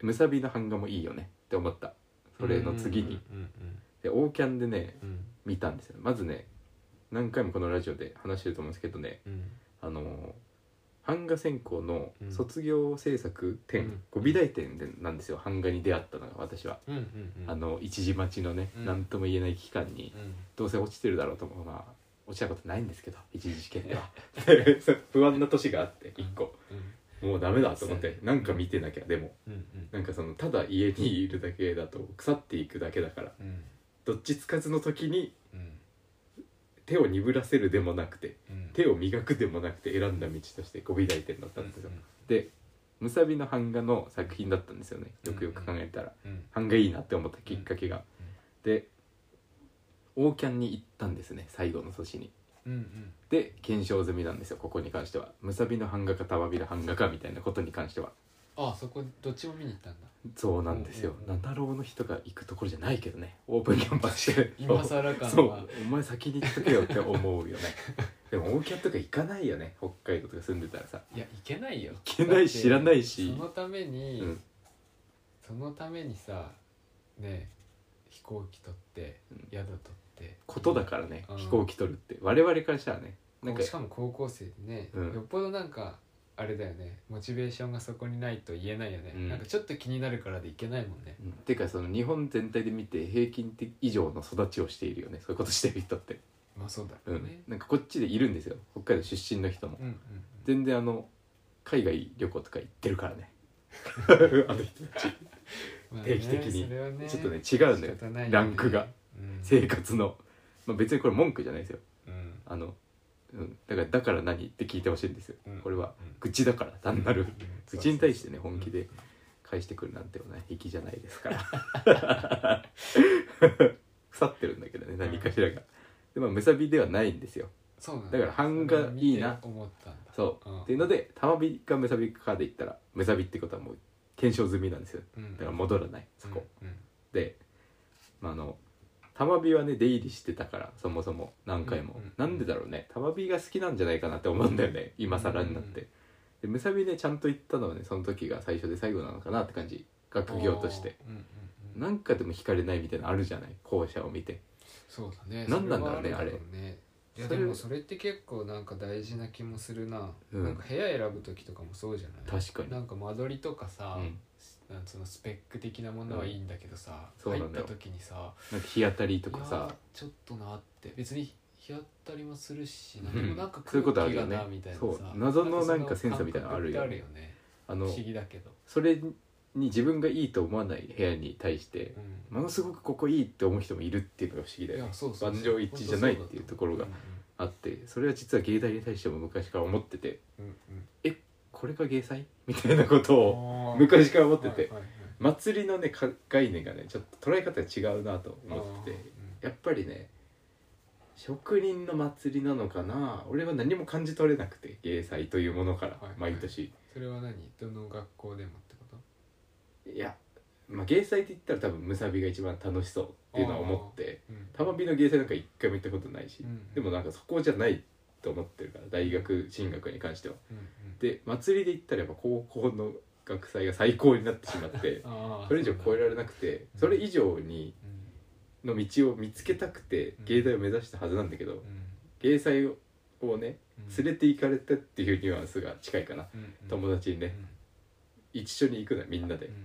むさびの版画もいいよねって思ったそれの次に、うんでオーキャンでねうんうん見たんですよまずね何回もこのラジオで話してると思うんですけどねうんあのー版画専攻のうん卒業制作展、うんこう美大展でなんですよ版画に出会ったのが私は、うんうんうんあの一時待ちのねうん何、なん、とも言えない期間にうんどうせ落ちてるだろうと思うまあ落ちたことないんですけど一次試験ではでそう 不安な年があって一個うんもうダメだと思ってなんか見てなきゃでもうんなんかそのただ家にいるだけだと腐っていくだけだからうんうんどっちつかずの時にうん手を鈍らせるでもなくてうん手を磨くでもなくて選んだ道としてご美大展だったんですよ、でむさびの版画の作品だったんですよねよくよく考えたらうん版画いいなって思ったきっかけが、でオーキャンに行ったんですね最後の年にうんうんで検証済みなんですよここに関してはむさびの版画かたわびの版画かみたいなことに関してはあそこどっちも見に行ったんだそうなんですようんうんうん七郎の人が行くところじゃないけどねオープンキャンパスして今更感そうはお前先に行っとけよって思うよね でもオーキャンとか行かないよね北海道とか住んでたらさいやいけないよ行けないし知らないそしのために、うんそのためにさね飛行機取って、うん宿取ってことだからねうん飛行機取るって我々からしたらねなんかしかも高校生でね、うんよっぽどなんかあれだよねモチベーションがそこにないと言えないよね、うんなんかちょっと気になるからでいけないもんねうんてかその日本全体で見て平均的以上の育ちをしているよねそういうことしてる人って、まあそうだうよんね、なんかこっちでいるんですよ北海道出身の人もうんうんうん全然あの海外旅行とか行ってるから ねあの人たちまあ定期的にそれはねちょっとね違うんだよ仕方ないねランクがうん生活の、まあ、別にこれ文句じゃないですようんあの、うん、だからだから何って聞いてほしいんですよ、うんこれはうん愚痴だから単なるうん愚痴に対してねそうそうそう本気で返してくるなんてね粋じゃないですから 腐ってるんだけどね何かしらが、でまあむさびではないんですよそうなんだから版画いいなそれを見て思ったんだそう、うんっていうのでたまびかむさびかで言ったらむさびってことはもう検証済みなんですようんだから戻らないそこ、うんうんで、まあ、あの玉火はね出入りしてたからそもそも何回も、うんうんなんでだろうね玉火が好きなんじゃないかなって思うんだよね今更になっうんうんて、でむさびねちゃんと行ったのはねその時が最初で最後なのかなって感じ学業として、うんうんうんなんかでも惹かれないみたいなのあるじゃない校舎を見てそうだねなんなんだろうねそはるろいやそれでもそれって結構なんか大事な気もするな、うんなんか部屋選ぶ時とかもそうじゃない確かになんか間取りとかさ、うんなんかそのスペック的なものはいいんだけどさ、うんそう入なっんだよた時にさなんか日当たりとかいやさーちょっとなって別に日当たりもするしうん何もなんかそういう空ことある気よがねなみたいなさそう謎のなんかそのセンサーみたいなのあるよ感覚ってあるよねあ不の思議だけど、それに自分がいいと思わない部屋に対してうんものすごくここいいって思う人もいるっていうのが不思議だいよねやそうそうそう万丈一致じゃないっていうところが本あってそれは実は芸大に対しても昔から思ってて当そうだと思ううんうんこれが芸祭みたいなことをうんうん昔から思ってて、はいはいはい祭りのねか概念がねちょっと捉え方が違うなと思っててあやっぱりね職人の祭りなのかな俺は何も感じ取れなくて芸祭というものからはいはい毎年、ーそれは何どの学校でもってこといや、まあ、芸祭って言ったら多分むさびが一番楽しそうっていうのは思ってうん玉火の芸祭なんか一回も行ったことないし、うんでもなんかそこじゃないと思ってるから大学進学に関しては。うんうんで祭りで言ったらやっぱ高校の学祭が最高になってしまって あーそれ以上超えられなくてうんそれ以上にうのん道を見つけたくてうん芸大を目指したはずなんだけどうん芸祭をねうん連れて行かれたっていうニュアンスが近いかなうんうん友達にね一緒に行くなみんなうんでうんうん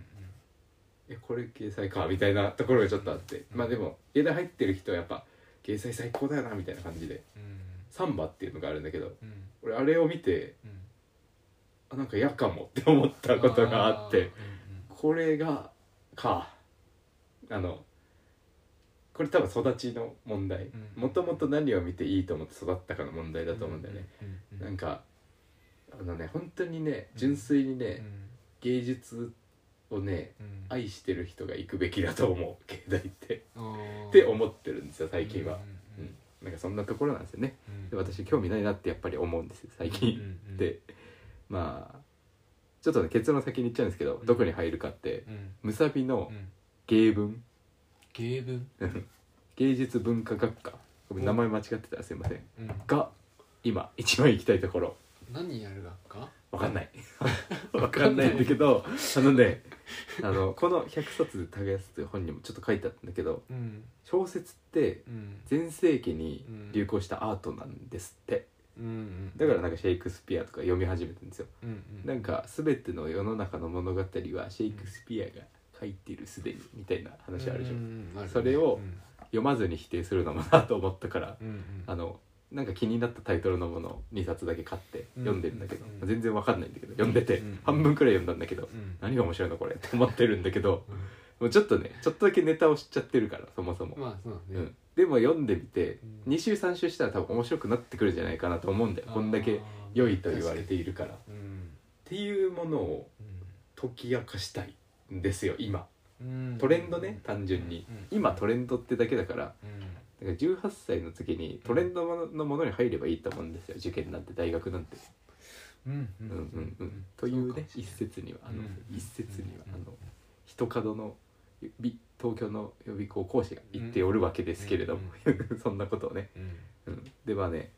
「えこれ芸祭か」みたいなところがちょっとあってうんまあでも芸大入ってる人はやっぱ芸祭最高だよなみたいな感じでうんサンバっていうのがあるんだけどうん俺あれを見てうんあなんか嫌かもって思ったことがあって。あこれがかあのこれ多分育ちの問題うんもともと何を見ていいと思って育ったかの問題ーだと思うんだよね、うんうんなんかあのね本当にね純粋にね、芸術をねうんうん愛してる人が行くべきだと思う芸大ってあーって思ってるんですよ最近は、ううんんなんかそんなところなんですよねうんうんで私興味ないなってやっぱり思うんですよ最近、うんうんでまあちょっとね結論先に言っちゃうんですけど、どこに入るかってうんむさびのうん芸文 芸文芸術文化学科ごめん名前間違ってたらすいませんうんが今一番行きたいところ何やる学科わかんない わかんないんだけどあのねあのこの「百冊で耕す」という本にもちょっと書いてあったんだけどうん小説ってうん全盛期に流行したアートなんですって、うんうんだからなんかシェイクスピアとか読み始めたんですようんうんなんか全ての世の中の物語はシェイクスピアが書いてるすでにみたいな話あるでしょうんうんうんあるねそれをうん読まずに否定するのもなと思ったからうんうんあのなんか気になったタイトルのものを2冊だけ買ってうん読んでるんだけど、うん全然わかんないんだけど読んでてうん半分くらい読んだんだけど、うん何が面白いのこれって思ってるんだけどうんもうちょっとねちょっとだけネタを知っちゃってるからそもそも、まあそううだねん、でも読んでみてうん2週3週したら多分面白くなってくるんじゃないかなと思うんだよこんだけ良いと言われているからっうんていうものをう解き明かしたいんですよ今んうんトレンドね単純にうん今トレンドってだけだからうんだから18歳の時にトレンドもののものに入ればいいと思うんですよ受験なんて大学なんて。うんううんんううんんううんん、というそかねもし一れない説にはあの、うん一説には、うんあの一角のび東京の予備校講師が言っておるわけですけれども、 そんなことをね、うんうん、でまあね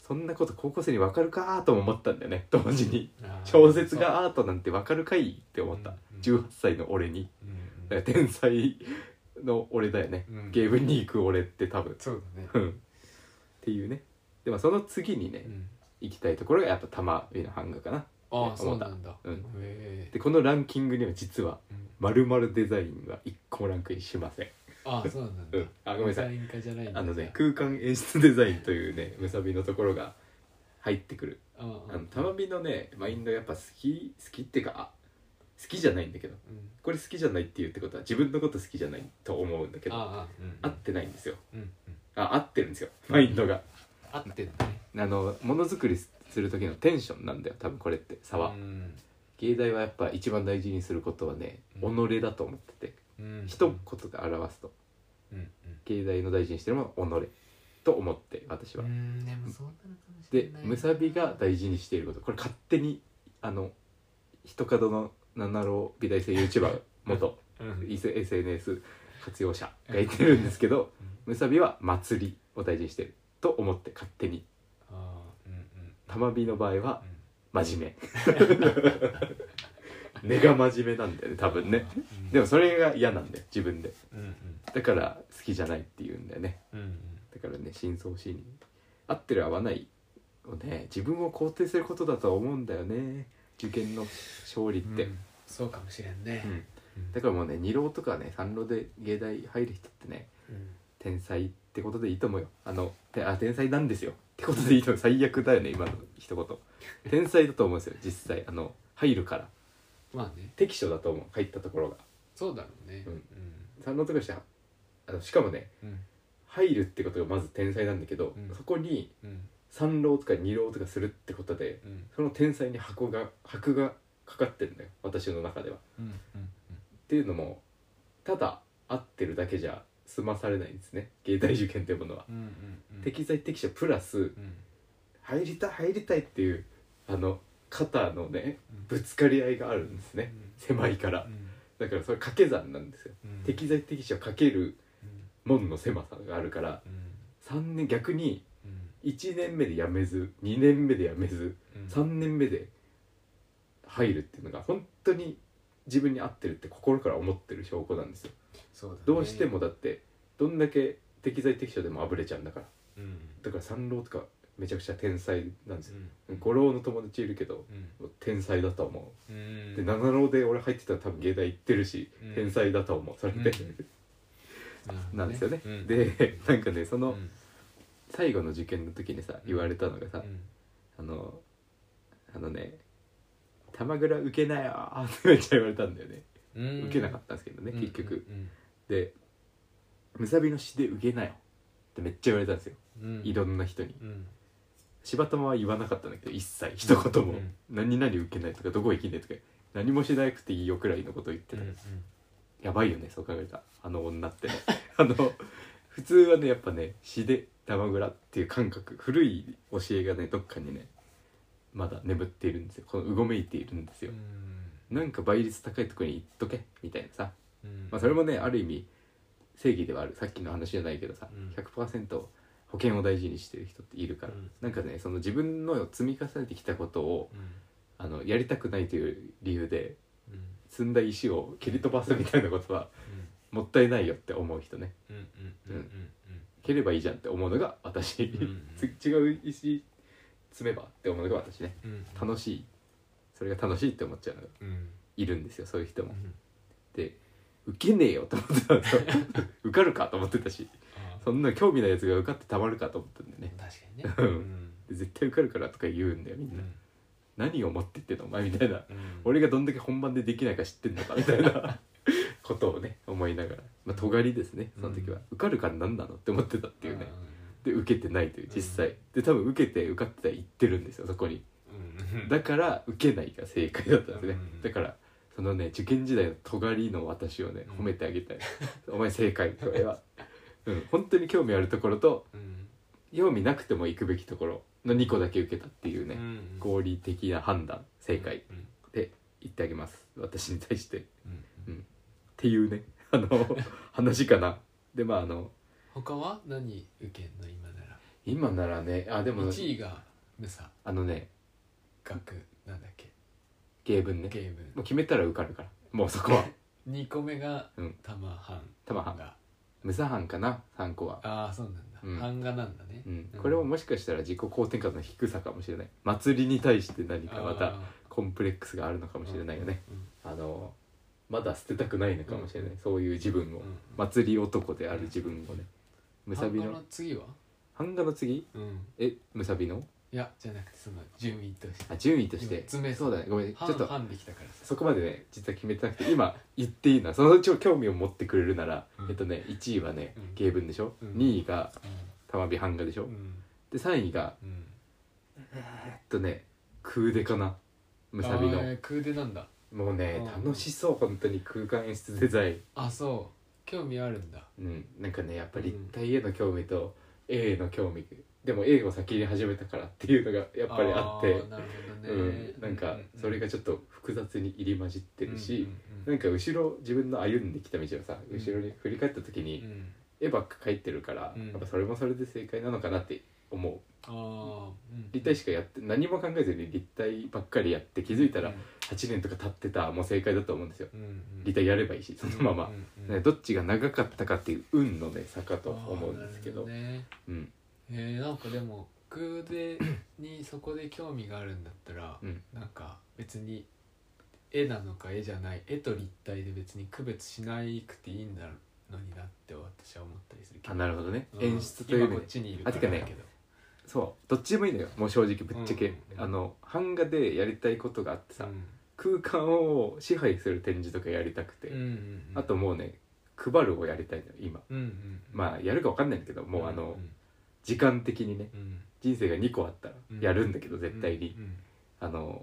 そんなこと高校生に分かるかーとも思ったんだよね同時にあー小説がアートなんて分かるかいって思った、うん18歳の俺にそううんうんだから天才の俺だよね、うんゲームに行く俺って多分そうだねうんっていうねでもその次にね、うん行きたいところがやっぱ玉美の版画かな思っあたあそうなんだうんへえでこのランキングには実はうん丸々デザインは一個もランクインしません、ああそうなんだうんあごめんなさいデザイン科じゃないんだあのね空間演出デザインというねむさびのところが入ってくるあーあのたまみのねマインドやっぱ好き好きっていうかあ好きじゃないんだけどうんこれ好きじゃないって言うってことは自分のこと好きじゃないと思うんだけどああーあーうっんてないんですようんうんあ合ってるんですよマインドが合ってんだねあのものづくりする時のテンションなんだよ多分これって差は、うん芸大はやっぱ一番大事にすることはねうん己だと思ってて、うん一言で表すとうんうん芸大の大事にしてるものは己と思って私うは、んでもそうなのかもしれでないなむさびが大事にしていることこれ勝手にあの一角の七郎美大生 YouTuber 元うんい SNS 活用者が言ってるんですけどむさびは祭りを大事にしてると思って勝手にあーうんうん玉美の場合はうん真面 目根が真面目なんだよね多分ねうんでもそれが嫌なんだよ自分でうんだから好きじゃないって言うんだよねうんうんだからね深層心理合ってる合わないをね自分を肯定することだとは思うんだよね受験の勝利っうんて、うんそうかもしれんねうんうんだからもうね二浪とかね三浪で芸大入る人ってねうん天才ってことでいいと思うよあのてあ天才なんですよってことでいいと思う最悪だよね今の一言天才だと思うんですよ実際あの入るからまあね適所だと思う入ったところがそうだろうねううんん三浪とかしてあのしかもねうん入るってことがまず天才なんだけど、うんそこにうん三浪とか二浪とかするってことでうんその天才に箱が箔がかかってるんだよ私の中では。っうんうんていうのもただ合ってるだけじゃ済まされないんですね芸大受験っていうものは。うんうんうん適材適所プラスうん入りたい入りたいっていうあの肩のねうんぶつかり合いがあるんですね狭いかうらんだからそれ掛け算なんですようん適材適所かけるうん門の狭さがあるからうん三年逆にうん1年目でやめず2年目でやめずうん3年目で入るっていうのが本当に自分に合ってるって心から思ってる証拠なんですよそうだねどうしてもだってどんだけ適材適所でもあぶれちゃうんだからうんだから三郎とかめちゃくちゃ天才なんですようん五郎の友達いるけどうん天才だと思ううんで七郎で俺入ってたら多分芸大行ってるしうん天才だと思うそれでなんですよねでなんかねそうんの最後の受験の時にさ言われたのがうさんあのあのね「玉倉受けなよ」ってめっちゃ言われたんだよねうん受けなかったんですけどねうん結局うんで「むさびの詩で受けなよ」ってめっちゃ言われたんですようんいろんな人にうん柴玉は言わなかったんだけど一切一言もうん「何々受けない」とか「どこ行きね」とか何もしなくていいよくらいのこと言ってうたんやばいよねそう考えたらあの女ってね あの普通はねやっぱね詩で玉倉っていう感覚古い教えがねどっかにねまだ眠っているんですよこのうごめいているんですうよ、んなんか倍率高いとこに行っとけみたいなさ、うんまあ、それもねある意味正義ではあるさっきの話じゃないけどさ、うん100%保険を大事にしてる人っているから、うんなんかねその自分の積み重ねてきたことをうあのやりたくないという理由でんうん積んだ石を蹴り飛ばすみたいなことはもったいないよって思う人ねうんうんうんうん蹴ればいいじゃんって思うのが私、うんつ違う石積めばって思うのが私ねうん楽しいそれが楽しいって思っちゃうのがうんいるんですよそういう人うも。んで受けねえよと思ってたん ですよ受かるかと思ってたしあーそんな興味ないやつが受かってたまるかと思ったんでね確かにねううんんで絶対受かるからとか言うんだよみんな、何を持ってってんのお前みたいなうん俺がどんだけ本番でできないか知ってんのかみたい なことをね思いながらまあ尖りですねその時は、うん受かるから何なのって思ってたっていうね、うで受けてないという実際、で多分受けて受かってたら行ってるんですよそこにんうんだから受けないが正解だったんですね、うんだからそのね受験時代の尖りの私をねう褒んめてあげたい、お前正解これは うん本当に興味あるところとうん興味なくても行くべきところの2個だけ受けたっていうね、うん合理的な判断正解うんで言ってあげます私に対してっうんていうね あの話かなでまああの他は何受けんの今なら今ならねあでも1位がムサあのね学なんだっけ芸文ねゲーもうム決めたら受かるからもうそこ は2個目がうん玉半多分はが無差班かな3個は、ああそうなんだ、うん版画なんだね、うん、これももしかしたら自己肯定感の低さかもしれない祭りに対して何かまたコンプレックスがあるのかかもしれないよね、あのまだ捨てたくないのかもしれない、うんそういう自分を、祭り男である自分をねむむささびびのの次は版画の次うんえむさびのいやじゃなくてその順位としてあ順位として詰めそうだねごめんちょ半っと半できたからさそこまでね実は決めてなくて今言っていいなそのうちを興味を持ってくれるなら、うんえっとね1位はねうん芸文でしょ、うん2位がう玉美版画でしょ、んうんで3位がうんえっとね空手かなむさびあのー空手なんだもうねうん楽しそう本当に空間演出デザインあそう興味あるんだうんなんかねやっぱ立体への興味と絵への興味でも絵を先に始めたからっていうのがやっぱりあってーなるほどね、うん、なんかそれがちょっと複雑に入り混じってるし、うんなんか後ろ自分の歩んできた道をさうん後ろに振り返った時うんうにん絵ばっか描いてるから、うんやっぱそれもそれで正解なのかなって思うあーうん立体しかやって何も考えずに立体ばっかりやって気づいたらうん8年とか経ってたもう正解だと思うんですようんうん立体やればいいしそのまま、うんうんね、どっちが長かったかっていう運のね差かとあー思うんですけどなるほねうんえー、なんかでも空手にそこで興味があるんだったら、うんなんか別に絵なのか絵じゃない絵と立体で別に区別しなくていいんだのになって私は思ったりするけあどなるほどねうん演出という今ねこっちにいるあてかねだけどそうどっちでもいいのよもう正直ぶっちゃけ、うんうんうんあの版画でやりたいことがあってさ、うん空間を支配する展示とかやりたくて、うんうんうんあともうね配るをやりたいのよ今うんうんまあやるか分かんないんだけどもうあの、ん時間的にねうんうん人生が2個あったらうんやるんだけど、絶対に、うんうんあの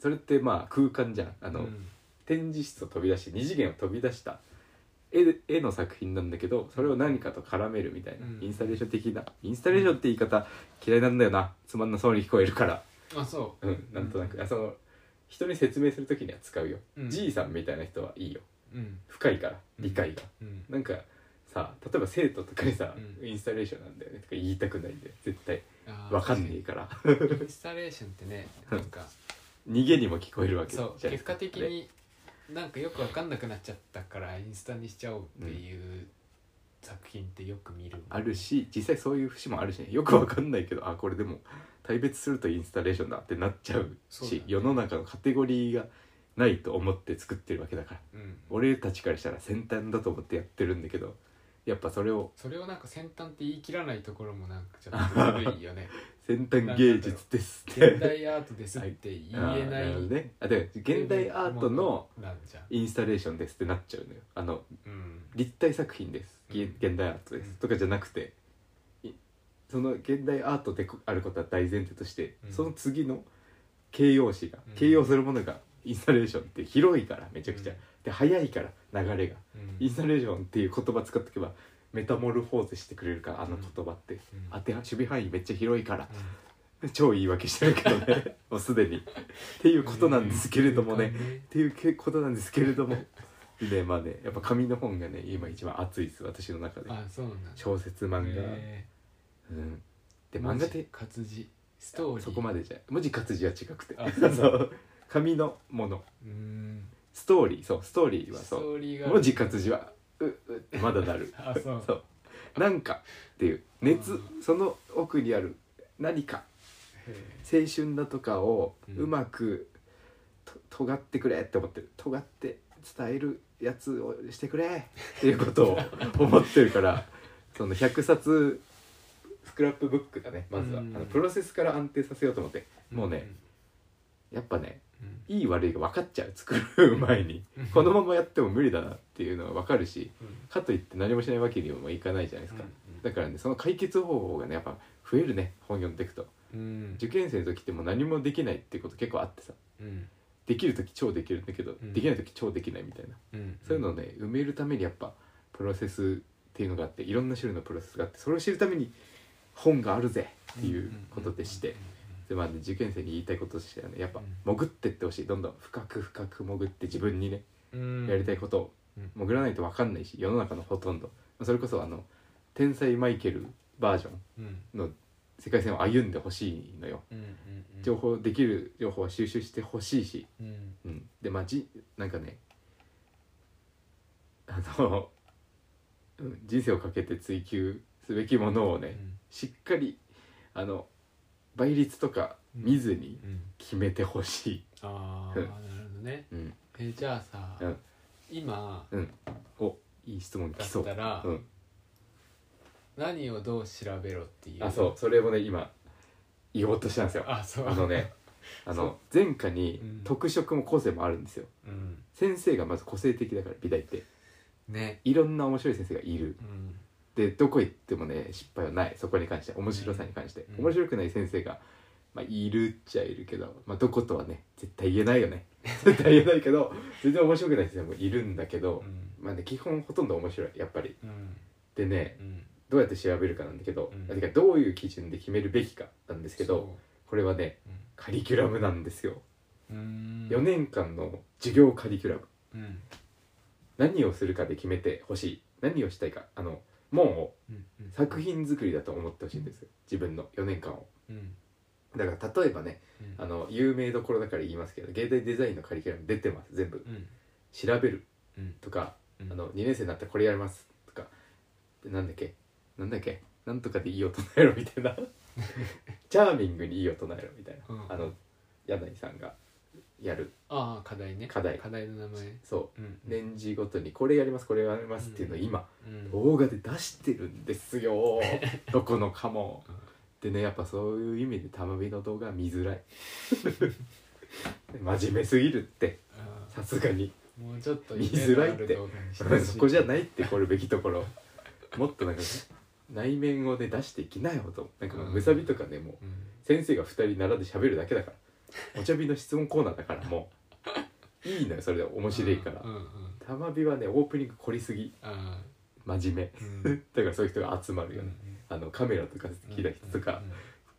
それってまあ空間じゃんあの、うん展示室を飛び出して2次元を飛び出した絵で絵の作品なんだけどそれを何かと絡めるみたいな、うんインスタレーション的なインスタレーションって言い方嫌いなんだよなつまんなそうに聞こえるからあそうんなんとなく、あその人に説明する時には使うよ、うんじいさんみたいな人はいいよううん深いから理解が、うんなんかさ例えば生徒とかにさ、うんインスタレーションなんだよねとか言いたくないんだよ絶対あーわかんねえから確かにインスタレーションってねなんか逃げにも聞こえるわけじゃそないうですか結果ね的になんかよくわかんなくなっちゃったからインスタにしちゃおうっていう作品ってよく見るもんあるし実際そういう節もあるしねよくわかんないけどあこれでも大別するとインスタレーションだってなっちゃうそうしだね世の中のカテゴリーがないと思って作ってるわけだからうん、俺たちからしたら先端だと思ってやってるんだけどやっぱそれをそれをなんか先端って言い切らないところもなんかちょっとずるいよね先端芸術ですっ現て代アートですって言 えあーないるほどねあで現代アートのなんじゃんインスタレーションですってなっちゃうのよあのうん立体作品ですうん現現代アートでうんすとかじゃなくていその現代アートでこあることは大前提としてうんその次の形容詞がうん形容するものがインスタレーションって広いからめちゃくちゃうんで早いから流れがうんインスタレーションっていう言葉使っておけばメタモルフォーゼしてくれるからあの言葉ってうん当ては守備範囲めっちゃ広いから超言い訳してるけど ねもうすでにっていうことなんですけれどもねっていうけことなんですけれども でまあねやっぱ紙の本がね今一番熱いです私の中であそうなんだ小説漫画、へうん、ーで漫画って文字活字ストーリーそこまでじゃ文字活字は違くてあ そそううそう紙のものうんストーリーそうストーリーはスそトうーリーが文字活字はううってまだなるあそうそうなんかっていう熱うんその奥にある何か青春だとかをうんうまくと、尖ってくれって思ってる尖って伝えるやつをしてくれっていうこと を思ってるからその100冊スクラップブックだねまずは、うんあのプロセスから安定させようと思ってもうね、やっぱねいい悪いが分かっちゃう作る前にうんこのままやっても無理だなっていうのは分かるしうんうんかといって何もしないわけにもいかないじゃないですか、うんだからねその解決方法がねやっぱ増えるね本読んでいくとうん受験生の時ってもう何もできないってこと結構あってさうんできる時超できるんだけど、うんできない時超できないみたいなうんそういうのをね埋めるためにやっぱプロセスっていうのがあっていろんな種類のプロセスがあってそれを知るために本があるぜっていうことでして、でまあね、受験生に言いたいこととしてはねやっぱ潜ってってほしいどんどん深く深く潜って自分にねうんやりたいことをうん潜らないと分かんないし世の中のほとんどまあそれこそあの「天才マイケル」バージョンうんの世界線を歩んでほしいのようんうんうん情報できる情報は収集してほしいし、うんうん、でまあじなんかねあのうん人生をかけて追求すべきものをうねんしっかりあの倍率とか見ずにうん決めてほしい。ああなるほどねうんえじゃあさうん今おいい質問だ来っそう。たらうん、何をどう調べろっていうあそうそれもね今言おうとしたんですよ。あそうあのねあその前科にうん特色も個性もあるんですよ。うん先生がまず個性的だから美大ってねいろんな面白い先生がいるうんでどこ行ってもね失敗はないそこに関して面白さに関して、うん面白くない先生が、まあ、いるっちゃいるけど、まあ、どことはね絶対言えないよね絶対言えないけど全然面白くない先生もいるんだけどう、んまあね基本ほとんど面白いやっぱりうんでねうんどうやって調べるかなんだけど、うんあてかどういう基準で決めるべきかなんですけどこれはねそうカリキュラムなんですよ、うん4年間の授業カリキュラムうん何をするかで決めてほしい何をしたいかあの門をうんうん作品作りだと思ってほしいんですよ自分の4年間をうんだから例えばねうんあの有名どころだから言いますけど芸大デザインのカリキュラム出てます全部うん調べるうんとか、うんあの2年生になったらこれやりますとかなんだっけなんだっけなんとかでいい大人やろみたい なチャーミングにいい大人やろみたいな、うんあの柳井さんがやるああ課題ね課題課題の名前そううん年次ごとにこれやりますこれやりますっていうのを今、うん動画で出してるんです よどこのかもでねやっぱそういう意味でたまびの動画は見づらい 真面目すぎるってあさすがにーもうちょっと見づらいって夢のある動画にしてほしいそこじゃないってこるべきところもっとなんか内面をね出していきなよとなんかもうむさびとかねもううん先生が2人並んで喋るだけだからお茶びの質問コーナーだからもういいのよそれで面白いからうんうんたまびはねオープニング凝りすぎあ真面ーう目んだからそういう人が集まうるよね、んあのカメラとか好きな人とか、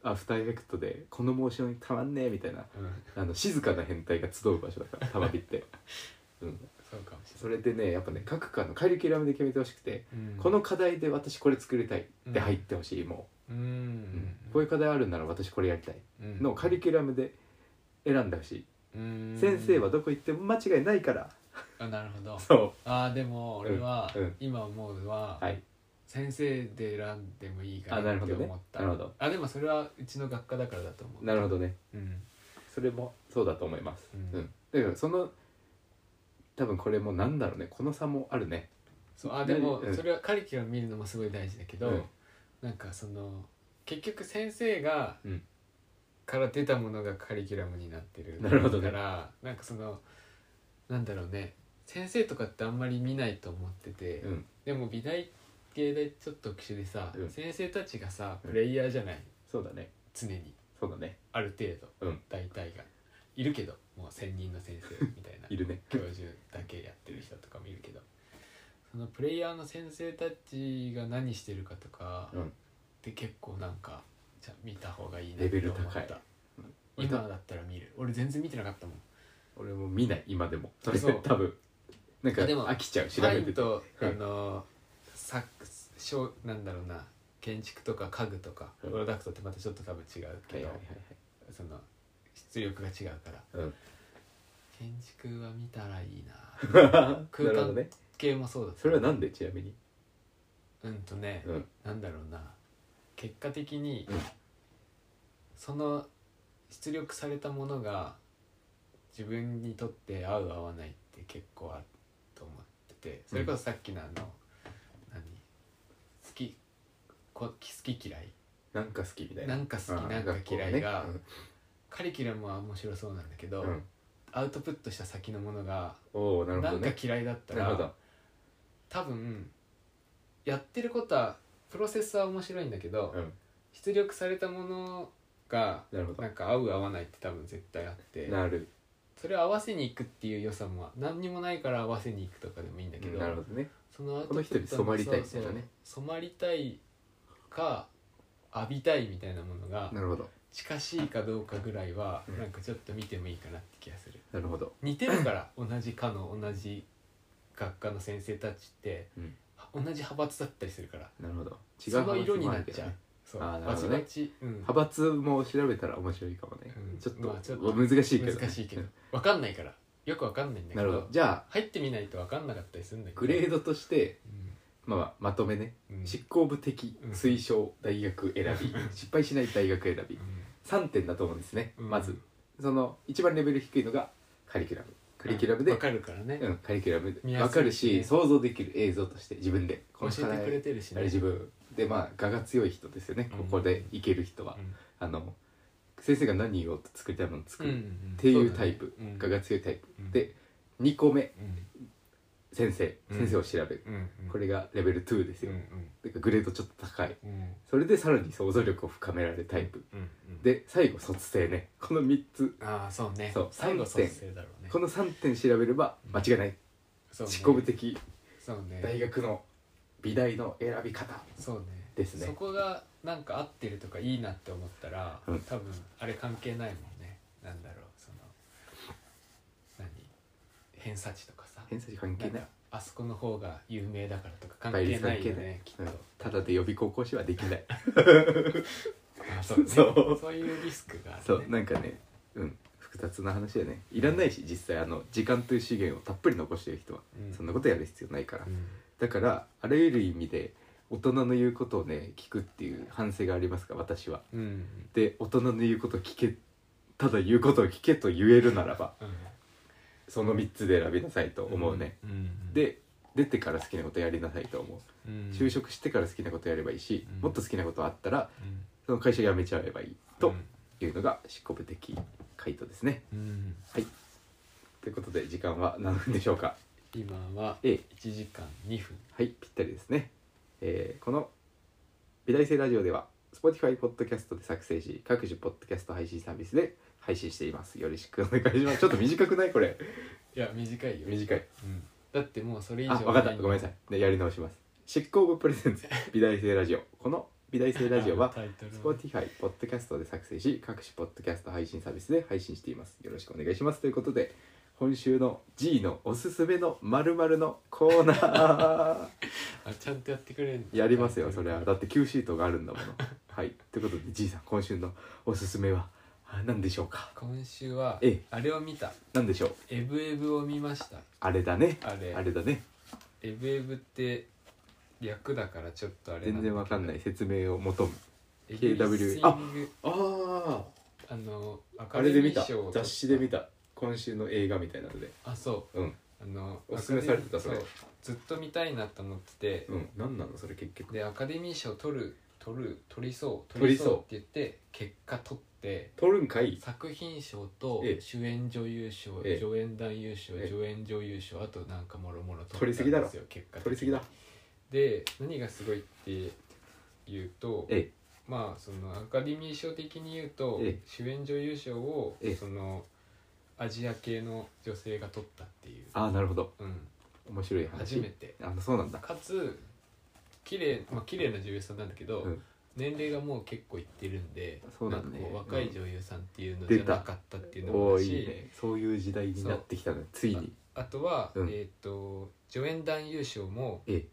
アフターエフェクトでこのモーションたまんねえみたいなうんうんうんあの静かな変態が集う場所だ からたまびって、うん、そうかもしそれでねやっぱね各科のカリキュラムで決めてほしくて、れないうんこの課題で私これ作りたいって入ってほしい、もうう、んこういう課題あるなら私これやりたいうんのカリキュラムで選んでほしい、うん先生はどこ行っても間違いないから、あなるほどそああでも俺はうんうん今思うのはうはい先生で選んでもいいかあななるっほてどね思ったなるほどあでもそれはうちの学科だからだと思うなるほどねうんそれもそうだと思います、うんだからその多分これもなんだろうねこの差もあるねそうあでもうんそれはカリキュラム見るのもすごい大事だけど、うんなんかその結局先生が、うんから出たものがカリキュラムになってるなるほどねからなんかそのなんだろうね先生とかってあんまり見ないと思ってて、うんでも美大芸大ちょっと特殊でさ、うん先生たちがさうんプレイヤーじゃないそうだね常にそうだねある程度、うん大体がいるけどもう専任の先生みたいないるね教授だけやってる人とかもいるけどそのプレイヤーの先生たちが何してるかとかうんで結構なんかじゃ見た方がいいなレベとル思っ高いたうん今だったら見る俺全然見てなかったもん俺も見ない今でもそれそう多分なんかでも飽きちゃう調パべインててとあうんのサックスしょうなんだろうな建築とか家具とかうんプロダクトってまたちょっと多分違うけはいどはいはいその出力が違うからはいうん建築は見たらいいななるほどね系もそうだったそれはなんでちなみにうんとねうんなんだろうな結果的に、うんその出力されたものが自分にとって合う合わないって結構あると思っててそれこそさっきのあの、何好きこ好き嫌いなんか好きみたいななんか好きうんなんか学校嫌いがねカリキュラムは面白そうなんだけうど、んうんアウトプットした先のものがおおなるほなどんかね嫌いだったなるほらど多分やってることはプロセスは面白いんだけど、うん出力されたものがなるほどなんか合う合わないって多分絶対あってなるそれを合わせにいくっていう良さも何にもないから合わせにいくとかでもいいんだけど、なるほどねそのアウこの人に染まりたいみたいなねそうそう染まりたいか浴びたいみたいなものがなるほど近しいかどうかぐらいはうんなんかちょっと見てもいいかなって気がするなるほど似てるから同じ科の同じ学科の先生たちってうん同じ派閥だったりするからなるほど違う派閥そもの色になっあるけちどゃうねそうあーなバるほチどねバチうん派閥も調べたら面白いかもね、うんちょっと,、まあちょっと難しいけどね、難しいけど分かんないからよく分かんないんだけなどるほどじゃあ入ってみないと分かんなかったりするんだけどグレードとして、まあ、まとめねうんうん執行部的うん推奨大学選び失敗しない大学選び3点だと思うんですね、うんまずその一番レベル低いのがカリキュラムカリキュラムで、分かるからねうん、カリキュラム見でやすいしねわかるし想像できる映像として自分でこ教のえてくれてるしあれね自分でまあ我が強い人ですよね、うんここでいける人は、あの先生が何を作りたいものを作うんうんる、うっんていうタイプ、そうだねうん我が強いタイプ、うんで2個目うん先生うん先生を調べる、うんうんこれがレベル2ですうんよ、うんてかグレードちょっと高いうんそれでさらに想像力を深められるタイプ、うんうんで最後卒生ねこの3つああそうねそう最後三点卒生だろうねこの3点調べれば間違いないそうね執行部的そうね大学の美大の選び方そうねですねそこがなんか合ってるとかいいなって思ったら、うん多分あれ関係ないもんねなんだろうその何偏差値とかさ偏差値関係ななんいかあそこの方が有名だからとか関倍係率ないよ関係ねきっと、うんただで予備高校士はできない あそう ねそうそういうリスクがあるねそうなんかねうん複雑な話だよねいらないし実際あの時間という資源をたっぷり残してる人はうんそんなことやる必要ないからうんだからあらゆる意味で大人の言うことをね聞くっていう反省がありますが私はうんで大人の言うことを聞けただ言うことを聞けと言えるならばうんその3つで選びなさいと思うね、んんで出てから好きなことやりなさいと思う、うん就職してから好きなことやればいいし、うんもっと好きなことあったらうんその会社辞めちゃえばいいとうんいうのが執行部的回答ですねうんということで時間は何分でしょうか今は A 1時間2分はい、ぴったりですね。えーこの美大生ラジオでは、Spotify ポッドキャストで作成し、各種ポッドキャスト配信サービスで配信しています。よろしくお願いし ます。ちょっと短くないこれ。いや短いよ、短い。うんだってもうそれ以あ、上わかった。ごめんなさい。で、やり直します。執行部プレ ゼンツ美大生ラジオ。この美大生ラジオ は、タイトルを Spotify ポッドキャストで作成し、各種ポッドキャスト配信サービスで配信しています。よろしくお願いします。ということで、今週の G のおすすめの〇〇のコーナー。あちゃんとやってくれるやりますよタそイトルれはだって Q シートがあるんだ ものはいということでじいさん今週のおすすめはあ何でしょうか今週はええあれを見た何でしょうエブエブを見ましたあれだねあれあれだねエブエブって略だからちょっとあれ全然わかんない説明を求むエ KW あああのアあカあれでデミ見ーた賞を取った雑誌で見た今週の映画みたいなのであそううんあのおすすめされてたアカデミそーれうずっと見たいなと思ってて、うん何なのそれ結局でアカデミー賞取る取る取りそう取りそうって言って結果取って撮るんかい作品賞とええ主演女優賞、ええ助演男優賞、ええ助演女優賞あとなんかもろもろ取りすぎだろ結果的に撮りすぎだで何がすごいって言うとえまあそのアカデミー賞的に言うとええ主演女優賞をええそのアジア系の女性が取ったっていう、ああなるほどうん、面白い話初めてあそうなんだかつ綺麗まあ綺麗な女優さんなんだけど、うん年齢がもう結構いってるんでそうだねなんかこ若い女優さんっていうの出じたゃなかったっていうのもあおるーし、いいねそういう時代になってきたねついにあとは、うんえっ、と助演男優賞もえ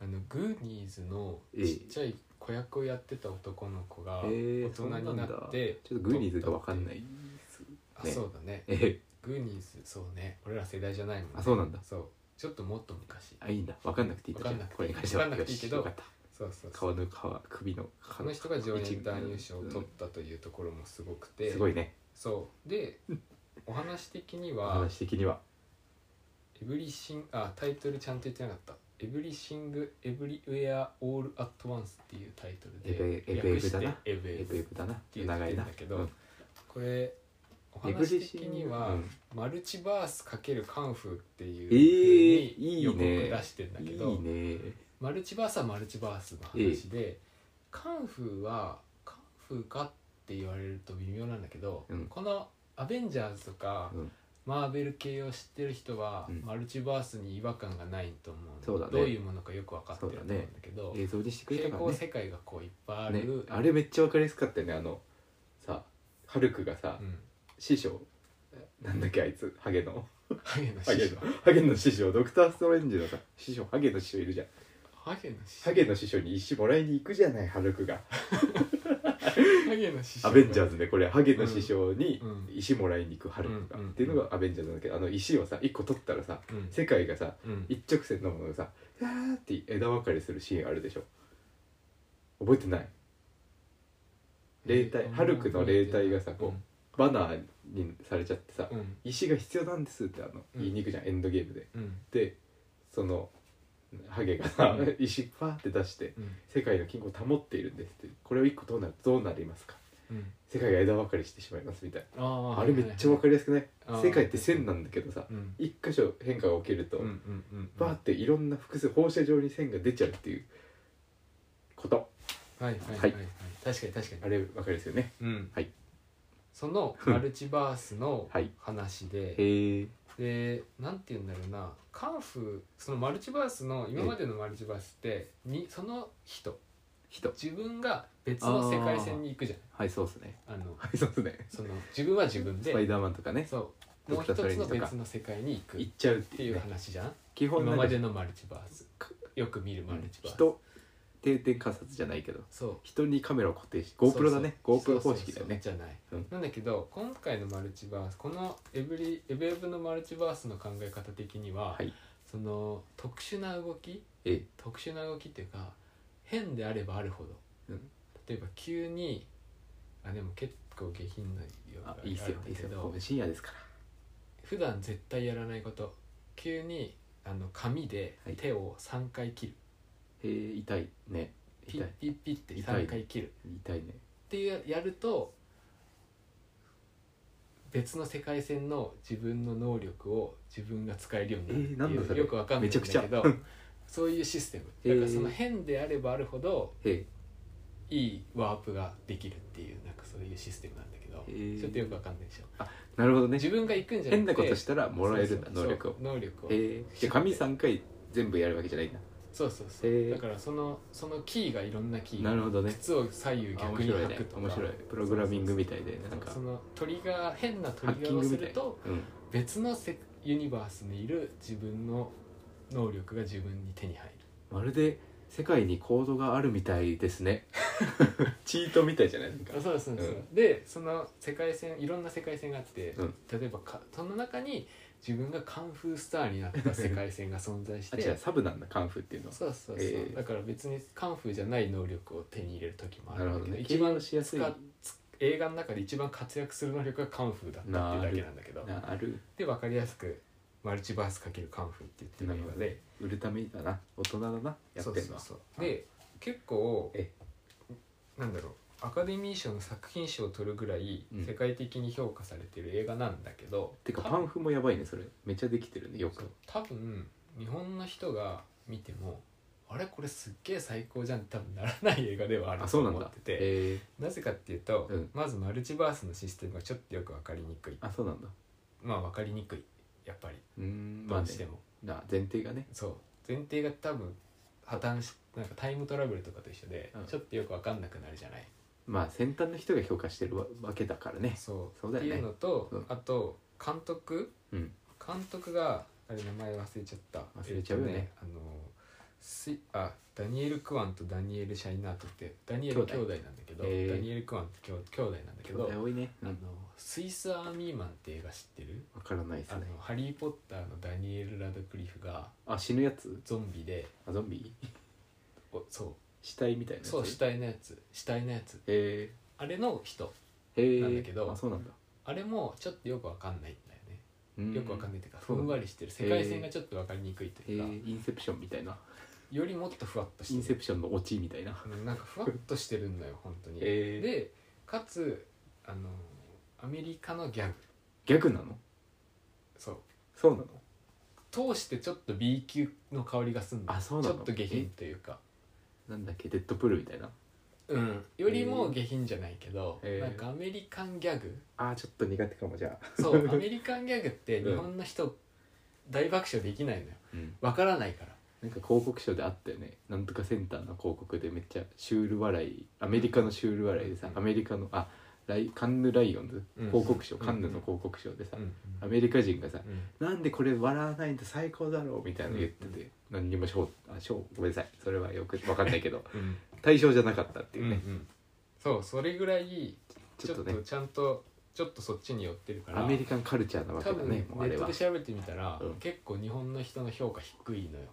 あのグーニーズのええちっちゃい子役をやってた男の子がえー大人になって、ちょっとグーニーズがわかんないあねそうだねええグーニーズそうね俺ら世代じゃないもん、ね、あそうなんだそうちょっともっと昔あいいんだ分かんなくていい分かんなくていいこれに関しては分かんなくていいけどよしよかったそうそうそう顔の皮首の皮この人が常任男優賞を取ったというところもすごくて、すごいねそうでお話的におは話的には「エブリシンあタイトルちゃんと言ってなかった「エブリシング・エブリウェア・オール・アット・ワンス」っていうタイトルでエブエブエブだな略してエブエブエブエブだなていう長いなだけどうんこれおエブ話リ的シンには、うんマルチバース×カンフーっていうえー風にいいね予告出してんだいけど、いねマルチバースはマルチバースの話で、カンフーはカンフーかって言われると微妙なんだけど、うんこの「アベンジャーズ」とか、うんマーベル系を知ってる人は、うんマルチバースに違和感がないと思うのそうだねどういうものかよく分かってると思うんだけど映像にしてくれ平たか行ら世界がこういっぱいあねる、ねあれめっちゃわかりやすかったよねあのさハルクがさうん、師匠なんだっけあいつハゲの ハゲのハ師ゲ匠のハゲの師匠ドクター・ストレンジのさ師匠ハゲの師匠いるじゃんハゲの師匠ハゲの師匠に石もらいに行くじゃないハルクがハゲの師匠アベンジャーズねこれハゲの師匠にうん石もらいに行くハルクが、うんうんっていうのがアベンジャーズなんだけどあの石をさ一個取ったらさうん世界がさうん一直線のものがさ「わー」って枝分かれするシーンあるでしょ覚えてない霊体ハルクの霊体がさこうバナーにされちゃってさうんうん石が必要なんですってあのうん言いに行くじゃん、エンドゲームでうんでそのハゲがさうん石パーって出してうん「世界の金庫を保っているんです」って「これを一個どうなるどうなりますか?」うん「世界が枝分かれしてしまいます」みたいあーなはあいれはいめっちゃ分かりやすくないあー世界って線なんだけどさうん一箇所変化が起きるとうんうんうんうんバーっていろんな複数放射状に線が出ちゃうっていうことはいはいはい、はい、確かに確かあにれ分かりやすいよねうんはいそのマルチバースのはい話で、へえでなんて言うんだろうなカンフーそのマルチバースの今までのマルチバースってにその人人自分が別の世界線に行くじゃはいそうっすねないあのはいそうっすねその自分は自分スパイでダーマンとかねそうドもうクタース一つトレンジのとか別の世界に行くっ行っちゃうってていいううね話じゃん基本今なんまかでのマルチバースよく見るマルチバース人定点観察じゃないけどそう人にカメラを固定し GoPro だねそうそう GoPro 方式だよねそうそうそうじゃない、うんなんだけど今回のマルチバースこのエブリエブエブのマルチバースの考え方的には、はいその特殊な動きええ特殊な動きっていうか変であればあるほど、うん例えば急にあでも結構下品なようあいいっすよいいっすよこう深夜ですから普段絶対やらないこと急にあの紙ではい手を3回切る、へえ痛いねピ痛ッいピッピッって3回切る痛いねっていうやると別の世界線の自分の能力を自分が使えるようになるえーなんだってそいうれよくわかんないんだけめちゃくちゃどそういうシステムえーだからその変であればあるほどへえいいワープができるっていうなんかそういうシステムなんだけどえーちょっとよくわかんないでしょなるほどね自分が行くんじゃなくて変なことしたらもらえるんだそうそう能力をそう能力をへえじゃあ紙3回全部やるわけじゃないんだそうそうそう、えーだからそのそのキーがいろんなキーなるほどね靴を左右あ逆面に白い履ねくとか面白いプログラミングみたいでなんかそのトリガー変なトハリッガキーンをグすみたるいとうん別のせユニバースにいる自分の能力が自分に手に入るまるで世界にコードがあるみたいです ねチートみたいじゃないなんかあそうですそうです、うんでその世界線いろんな世界線があって、うん例えばかその中に自分がカンフースターになった世界線が存在 しあて違うサブなんだカンフーっていうのはそうそうそう、えーだから別にカンフーじゃない能力を手に入れる時もあなるるんほどだけど、ね一番しやすい使っ映画の中で一番活躍する能力がカンフーだったっていうだけなんだけどなるで分かりやすくマルチバース×カンフーって言ってる映画なるでほ売るためだな大人だなやってんのそうはそうそうで結構えなんだろうアカデミー賞の作品賞を取るぐらいうん世界的に評価されてる映画なんだけど、てかたパンフもやばいねそれめっちゃできてるねよく多分日本の人が見てもあれこれすっげえ最高じゃんって多分ならない映画ではあるあとそうな思んっだててへえなぜかっていうと、うんまずマルチバースのシステムがちょっとよく分かりにくいあそうなんだまあ分かりにくいやっぱりうーんまどあうねしても、な前提がねそう前提が多分破綻しなんかタイムトラベルとかと一緒で、うんちょっとよく分かんなくなるじゃないまあ先端の人が評価してるわわけだからねそうそうだよねっていうのと、うんあと監督うん監督があれ名前忘れちゃった忘れちゃうよねえっとあのスイあダニエル・クワンとダニエル・シャイナートってダニエル兄兄弟弟なんだけど、へーダニエル・クワンって兄兄弟なんだけ兄ど、弟多いねうあのんスイス・アーミーマンって映画知ってるわからないであすのねハリー・ポッターのダニエル・ラドクリフがあ死ぬやつゾンビであゾンビおそう死体みたいなやつそう死体のやつ死体のやつへあれの人えへえなんだけどあそうなんだ、あれもちょっとよくわかんないんだよね、うん、よくわかんないっていうかふそうなんんだわりしてる世界線がちょっとわかりにくいとへえいうか、インセプションみたいなよりもっとふわっとインしセてるプションのオチみたいなうんなんかふわっとしてるんだよ本当に、へえでかつあのアメリカのギャグ逆なのそうそうなの通してちょっと B 級の香りがすんのあそうなのちょっと下品というかなんだっけデッドプールみたいなうんよりも下品じゃないけど、へえなんかアメリカンギャグあーちょっと苦手かもじゃあそう アメリカンギャグって日本の人大爆笑できないのようんわからないからなんか広告賞であったよねなんとかセンターの広告でめっちゃシュール笑いアメリカのシュール笑いでさ、うんアメリカのあライカンヌ・ライオンズうん広告賞、うんカンヌの広告賞でさ、うんアメリカ人がさうん「なんでこれ笑わないんだ最高だろ」みたいなの言ってて、何にも賞あ賞ごめんなさいそれはよく分かんないけど うん対象じゃなかったっていううんうね、んそうそれぐらいちちょょっっととねちゃんとちょっとそっちに寄ってるからアメリカンカルチャーなわけ多だ分ねネもうあれットはで調べてみたら、うん結構日本の人の評価低いのよ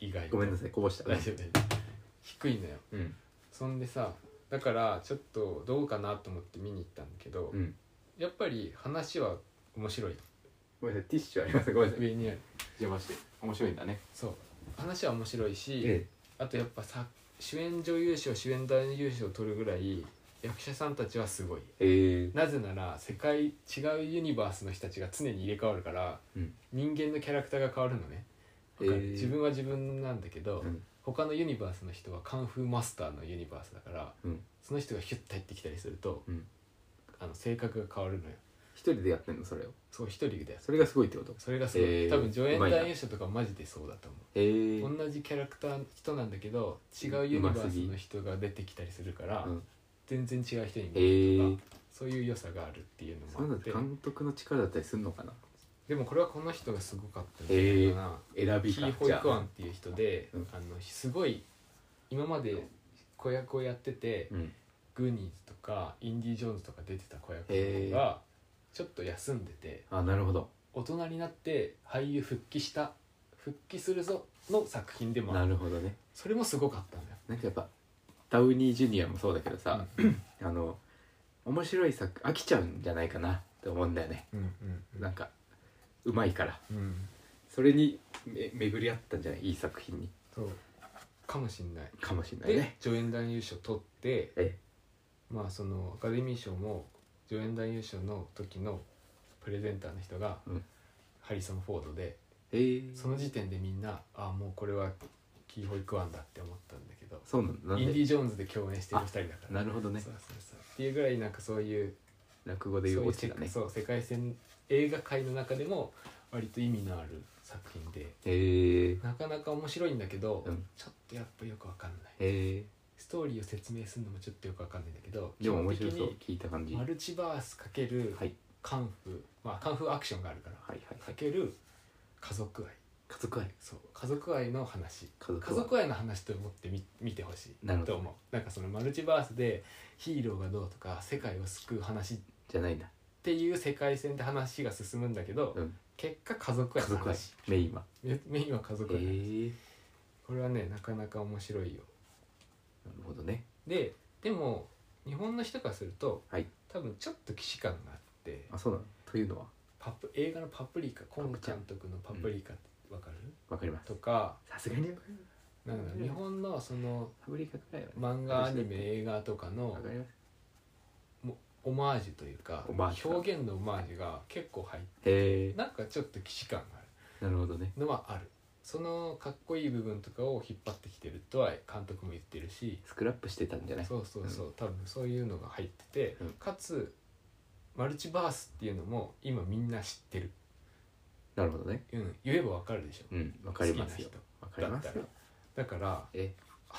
意外とごめんなさいこぼしたね大丈夫大丈夫低いのようんそんでさだからちょっとどうかなと思って見に行ったんだけど、うんやっぱり話は面白いごめんなさいティッシュありますごめんなさい上にある邪魔して面白いんだねそう話は面白いし、えあとやっぱさ主演女優賞主演男優賞を取るぐらい役者さんたちはすごいえー、なぜなら世界違うユニバースの人たちが常に入れ替わるからうん人間のキャラクターが変わるのね、えー自分は自分なんだけど、うん他のユニバースの人はカンフーマスターのユニバースだからうんその人がヒュッと入ってきたりするとうんあの性格が変わるのよ一人でやってんのそれをそう一人でそれがすごいってことそれがすごい、えー多分助演うまいな男優賞とかマジでそうだと思うえー、同じキャラクター人なんだけど違うユニバースの人が出てきたりするから、うん全然違う人にえ見えるとか、ー、そういう良さがあるっていうそのういうのもあっってて監督の力だったりするのかなでもこれはこの人がすごかったんじゃないか選な、びキかー・ホイクワンっていう人で、うんあのすごい今まで子役をやってて、うんグーニーズとかインディ・ジョーンズとか出てた子役の方がちょっと休んでてあなるほど大人になって俳優復帰した復帰するぞの作品でもあなるるほどねそれもすごかったんだよなんかやっぱダウニー・ジュニアもそうだけどさ、あの面白い作飽きちゃうんじゃないかなって思うんだよねうんうんなんかうまいからうんそれにめ巡り合ったんじゃないいい作品にそうかもしんないかもしれないでね助演男優賞取ってえまあそのアカデミー賞も助演男優賞の時のプレゼンターの人がうんハリソン・フォードで、えー、その時点でみんなあもうこれはキーホイクワンだって思ったんだけどそうなんだなインんディ・でジョーンズで共演してる二人だからなるほどねそうそうそうっていうぐらいなんかそういう落語そうでい言うオうチだ世ね界そう世界線映画界の中でも割と意味のある作品でえー、なかなか面白いんだけど、うんちょっとやっぱよくわかんないえストーリーを説明するのもちょっとよくわかんないんだけどー、でも面白基そう本聞いた感的じにはマいルチバースかけるはいカンフー、まあカンフーアクションがあるからはいはかいける家族愛家族愛そう家族愛の話家族愛家族愛の話と思ってみ見てほしいなるほどと思うなんかそのマルチバースでヒーローがどうとか世界を救う話っじゃないんだていう世界線で話が進むんだけど、うん結果家族家愛の族愛話メインはメメインは家え族愛、ー、これはねなかなか面白いよなるほどねででも日本の人からすると、はい多分ちょっと既視感があってあそうなのというのはパプ映画の「パプリカ」今プちゃん監督の「パプリカ」わかる、わかりますとかさすがにわかるなんか日本のそのパブリカくらいはね漫画アニメ映画とかのわかりますオマージュというかオマージュか表現のオマージュが結構入ってへなんかちょっと既視感があるえなるほどねのはあるそのかっこいい部分とかを引っ張ってきてるとは監督も言ってるしスクラップしてたんじゃないそうそうそう、多分そういうのが入ってて、うんかつマルチバースっていうのも今みんな知ってる、なるほどねうん、言えばわかるでしょうんわかりますよ好きなわかりますだよっだからえ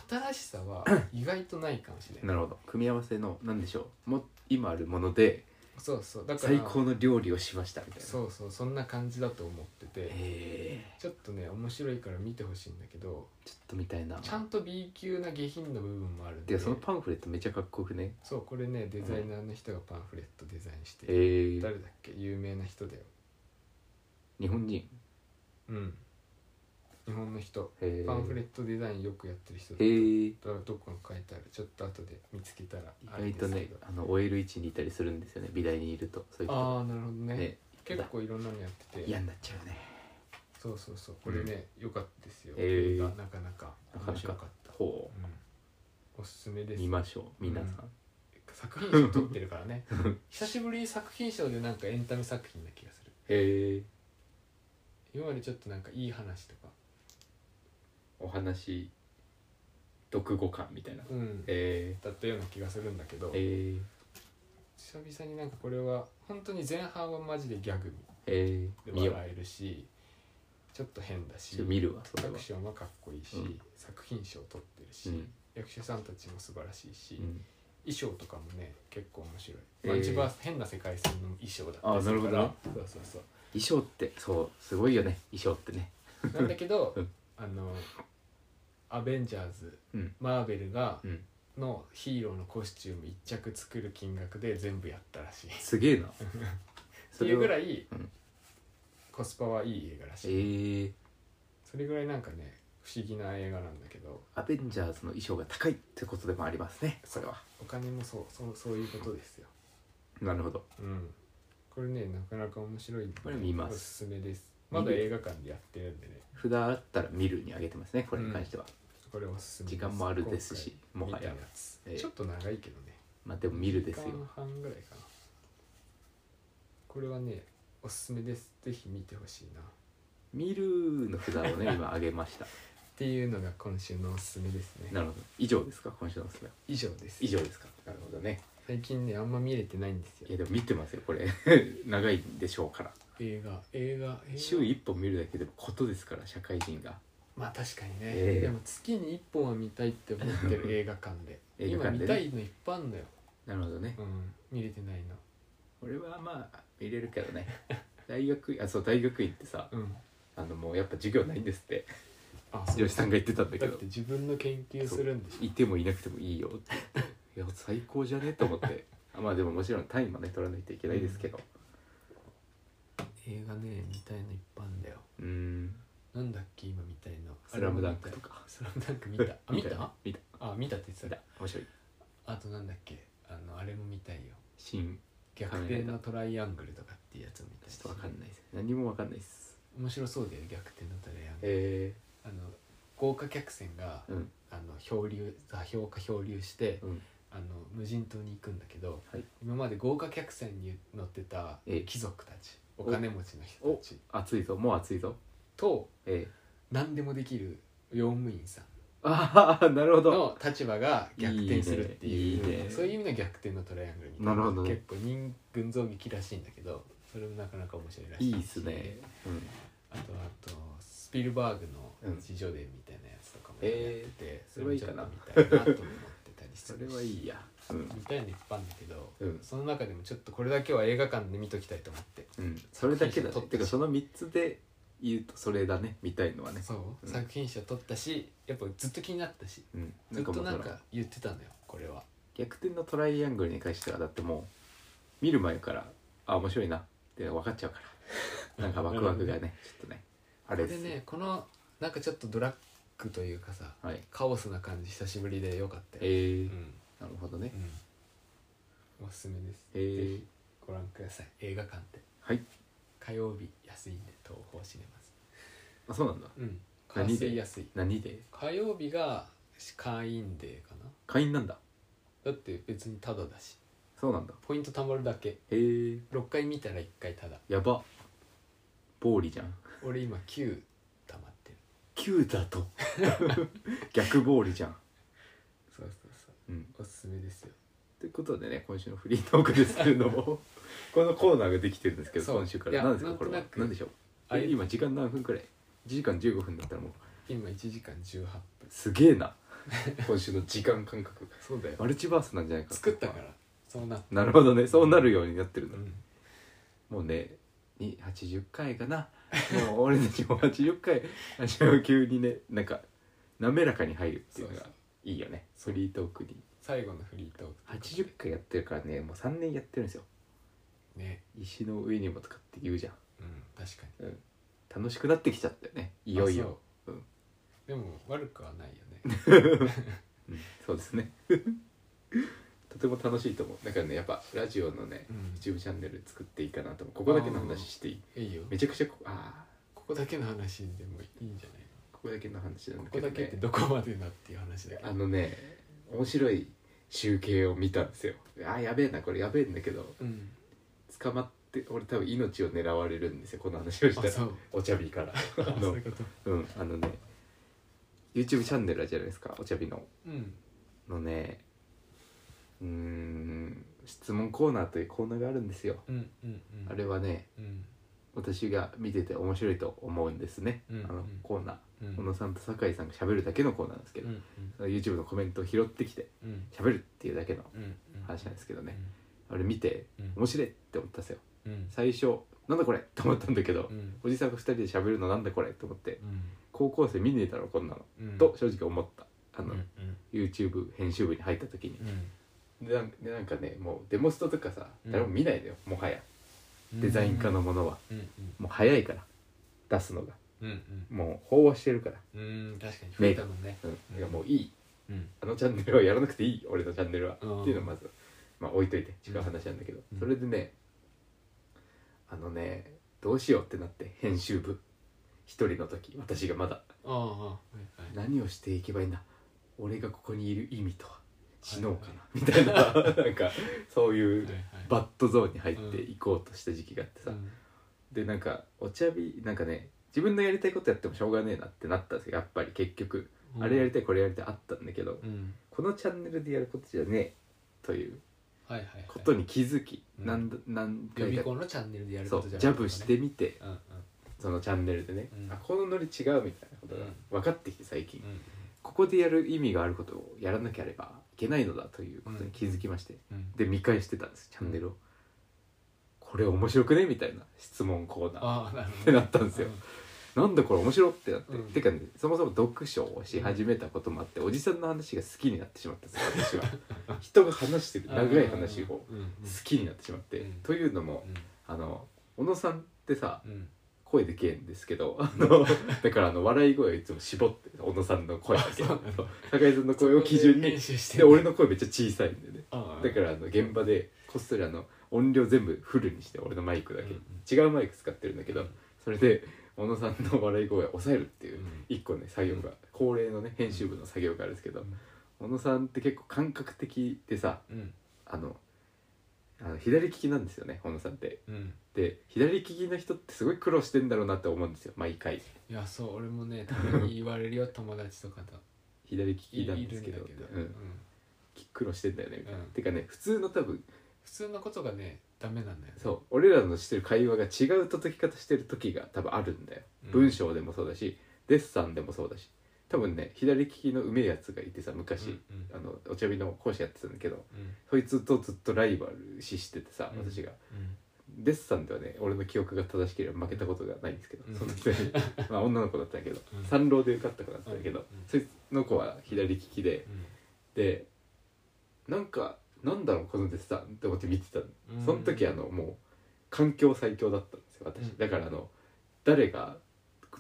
新しさ は意外とないかもしれないなるほど組み合わせのなんでしょうも今あるものでそうそうだから最高の料理をしましたみたいなうそうそうそんな感じだと思ってて、えちょっとね面白いから見てほしいんだけどちょっとみたいなちゃんと B 級な下品の部分もあるんででそのパンフレットめちゃかっこよくねそうこれねデザイナーの人がパンフレットデザインしてる、え誰だっけ有名な人だよ日本人うん日本の人へえパンフレットデザインよくやってる人だへえからどこに書いてあるちょっと後で見つけたら意あれ外でとすけどねあの終える位置にいたりするんですよね美大にいるとそういう人ああなるほどねね結構いろんなのやってて嫌になっちゃうねそうそうそうこれね良、かったですよ、へえなかなかなかなか面白かったほうんおすすめうです見ましょう皆さん、作品賞取ってるからね久しぶりに作品賞でなんかエンタメ作品な気がするへえ今までちょっとなんかいい話とかお話読語感みたいなうんへだったような気がするんだけどえへ久々になんかこれは本当に前半はマジでギャグえへえで見よう笑えるしちょっと変だしちょっと見るわそれアはク、ションはかっこいいし、うん作品賞取ってるし、うん役者さんたちも素晴らしいし、うん、衣装とかもね結構面白い、えーマルチバース変な世界線の衣装だあったりするからなるそうそうそう衣装ってそうすごいよね衣装ってねなんだけど、うんあのアベンジャーズ、うんマーベルがうんのヒーローのコスチューム1着作る金額で全部やったらしいっすげえ なていうぐらい、うんコスパはいい映画らしい、ええそれぐらいなんかね不思議な映画なんだけどアベンジャーズの衣装が高いってことでもありますねそれはお金もそうそうそういうことですよなるほどうんこれねなかなか面白いんでこれ見ますおすすめですまだ映画館でやってるんでね札あったら見るにあげてますねこれに関しては、これおすすめ時間もあるですしも今回は見たやや、つ、ええちょっと長いけどねまあ、でも見るですよ一時間半ぐらいかなこれはねおすすめですぜひ見てほしいなっ見るの札を ね今あげましたていうのが今週のおすすめですねなるほど以上ですか今週のおすすめは以上です以上ですかなるほどね最近ねあんま見れてないんですよいやでも見てますよこれ 長いんでしょうから映画映画映画週1本見るだけでもことですから社会人がまあ確かにね、ええでも月に1本は見たいって思って る映画館で映画館でね今見たいのいっぱいあんのよ、なるほどねうん、見れてないの俺はまあ見れるけど ね大学あそう大学院ってさうんあのもうやっぱ授業ないんですってあ女子さんが言ってたんだけだっどて自分の研究するんでしいてもいなくてもいいよ って言っていや最高じゃねと思ってあまあでももちろん単位もね取らないといけないですけどょ映画ね見たいのいっぱいあんだようんなんだっけ今見たいのスラムダンクとかスラムダンク見たあ見た見たあ見たって言って見たた面白いあとなんだっけあのあれも見たいよ新逆転のトライアングルとかっていうやつも見たいちょしっとわかんないです何もわかんないです面白そうだよ逆転のトライアングルへあの豪華客船がえうんあの漂流座標か漂流してうんあの無人島に行くんだけど、はい今まで豪華客船に乗ってたええ貴族たちお金持ちの人たち暑いぞもう暑いぞとええ何でもできる用務員さんああなるほどの立場が逆転するっていういいねいいねそういう意味の逆転のトライアングルみたいなるほどね結構人群像劇らしいんだけどそれもなかなか面白いらしいいいっすねうんあとはあとスピルバーグのうん自叙伝みたいなやつとかもやっえてて、それはいいかなもちょっと見たいなと思ってたりすそるれはいいやうん見たいのいっぱいあるんだけど、うんその中でもちょっとこれだけは映画館で見ときたいと思って、うんそれだけだね作品賞取っててかその3つで言うとそれだね見たいのはねそう、うん作品賞取ったしやっぱずっと気になったしうんずっとなんもうそのか言ってたのよこれは逆転のトライアングルに関してはだってもう見る前からあ面白いなって分かっちゃうから なんかワクワクがねちょっとねあれでですねこのなんかちょっとドラッグというかさはいカオスな感じ久しぶりでよかったえよ、ーうんなるほどねうん、おすすめです、えーぜひご覧ください映画館ってはい火曜日安いんで東宝シネマズあそうなんだうん何で安い安い何で火曜日が会員デーかな会員なんだだって別にタダだしそうなんだポイント貯まるだけへえー、 6回見たら1回タダやば暴利じゃん俺今9貯まってる9だと 逆暴利じゃんそうそうそううんおすすめですよということでね今週のフリートークですけれど もこのコーナーができてるんですけどそう今週かいらや何ですかなんことれはなく何でしょうあえれ今時間何分くらい1時間15分だったらもう今1時間18分すげえ な今週の時間感覚そうだよマルチバースなんじゃないか作ったからそうななるほどねそうなるようになってるんうだ、んもうねに80回かなもう俺たちも80回足を急にねなんか滑らかに入るっていうのがそうそういいよねそうフリートークに最後のフリートーク80回やってるからねもう3年やってるんですよね石の上にも使って言うじゃんうん確かに楽しくなってきちゃったよねいよいようんでも悪くはないよねうんそうですねとても楽しいと思うだからねやっぱラジオのね、うん YouTube チャンネル作っていいかなと思うここだけの話していいいいよめちゃくちゃこああここだけの話でもいいんじゃないここだけの話なのんこだこけど、だね、けってどこまでなっていう話だけどあのね面白い集計を見たんですよあーやべえなこれやべえんだけどうん捕まって俺多分命を狙われるんですよこの話をしたあそらうお茶日からああそうのいうことうんあのね YouTube チャンネルあるじゃないですかお茶日のうんのねうーん質問コーナーというコーナーがあるんですよ、うんうんうんあれはねうん私が見てて面白いと思うんですね、うあんうのんコーナー、うん小野さんと酒井さんが喋るだけのコーナーなんですけうど、んその YouTube のコメントを拾ってきてうんうん喋るっていうだけのうんうん話なんですけどね、うんあれ見てうん面白いって思ったんですようん最初なんだこれって思ったんだけど、うんおじさんが2人で喋るのなんだこれって思ってうん高校生見ねえだろこんなの、うんと正直思ったあうんの、うん YouTube 編集部に入った時にう、んでなんでなんかねもうデモストとかさうん誰も見ないのよ、もはやデザイン科のものは、うんもう早いから出すのがうんうんもう飽和してるから、うんうん確かに増えたもんねうんうんいやもういいうんあのチャンネルはやらなくていい俺のチャンネルは、うんっていうのをまず、まあ、置いといて違う話なんだけど、うんそれでねあのねどうしようってなって編集部一人の時私がまだああはいはい何をしていけばいいんだ俺がここにいる意味とは死のうかな、みたいななんかそういうはいはいバッドゾーンに入っていこうとした時期があってさ、うんでなんかお茶日なんかね自分のやりたいことやってもしょうがねえなってなったんですよやっぱり結局、あれやりたいこれやりたいあったんだけど、うんこのチャンネルでやることじゃねえというはいはいはいことに気づき、うん何度何予回備か校のチャンネルでやるそこうとジじゃなャいブしてみてうんうんそのチャンネルでね、うんあこのノリ違うみたいなことがうん分かってきて最近、うんここでやる意味があることをやらなければいけないのだということに気づきまして、うんで見返してたんですチャンネルを、これ面白くねみたいな質問コーナーっああなるほどてなったんですよ、なんだこれ面白ってなって、うんてかねそもそも読書をし始めたこともあっておじさんの話が好きになってしまったんですよ 私は人が話してるうん 長い話を好うんうんきになってしまって、うんというのもあの小野さんってさうんうん声でけえんですけどあのだからあの笑い声をいつも絞って小野さんの声だけあ そうなんだ酒井さんの声を基準に練習してで俺の声めっちゃ小さいんでねああだからあの現場でこっそりあの音量全部フルにして俺のマイクだけ、うん違うマイク使ってるんだけど、それで小野さんの笑い声を抑えるっていううん一個ね作業が恒例のね編集部の作業があるんですけど小野さんって結構感覚的でさうんあのあの左利きなんですよね小野さんって。うんで左利きの人ってすごい苦労してんだろうなって思うんですよ毎回いやそう俺もねたまに言われるよ友達とかと左利きいなんいでるすんけだどけどううんん、苦労してんだよねみたいな、うんてかね普通の多分普通のことがねダメなんだよねそう俺らのしてる会話が違う届き方してる時が多分あるんだよ、うん文章でもそうだしデッサンでもそうだし多分ね左利きのうめえやつがいてさ昔、うんあのお茶火の講師やってたんだけどうんそいつとずっとライバル視しててさうん私が、うんデッサンではね俺の記憶が正しければ負けたことがないんですけど、うんその時はね まあ女の子だったんだけど、うん三郎で受かった子だったんだけど、うんうんそいつの子は左利きででなんかなんだろうこのデッサンって思って見てたのうんその時あのもう環境最強だったんですよ私、うんだからあの誰が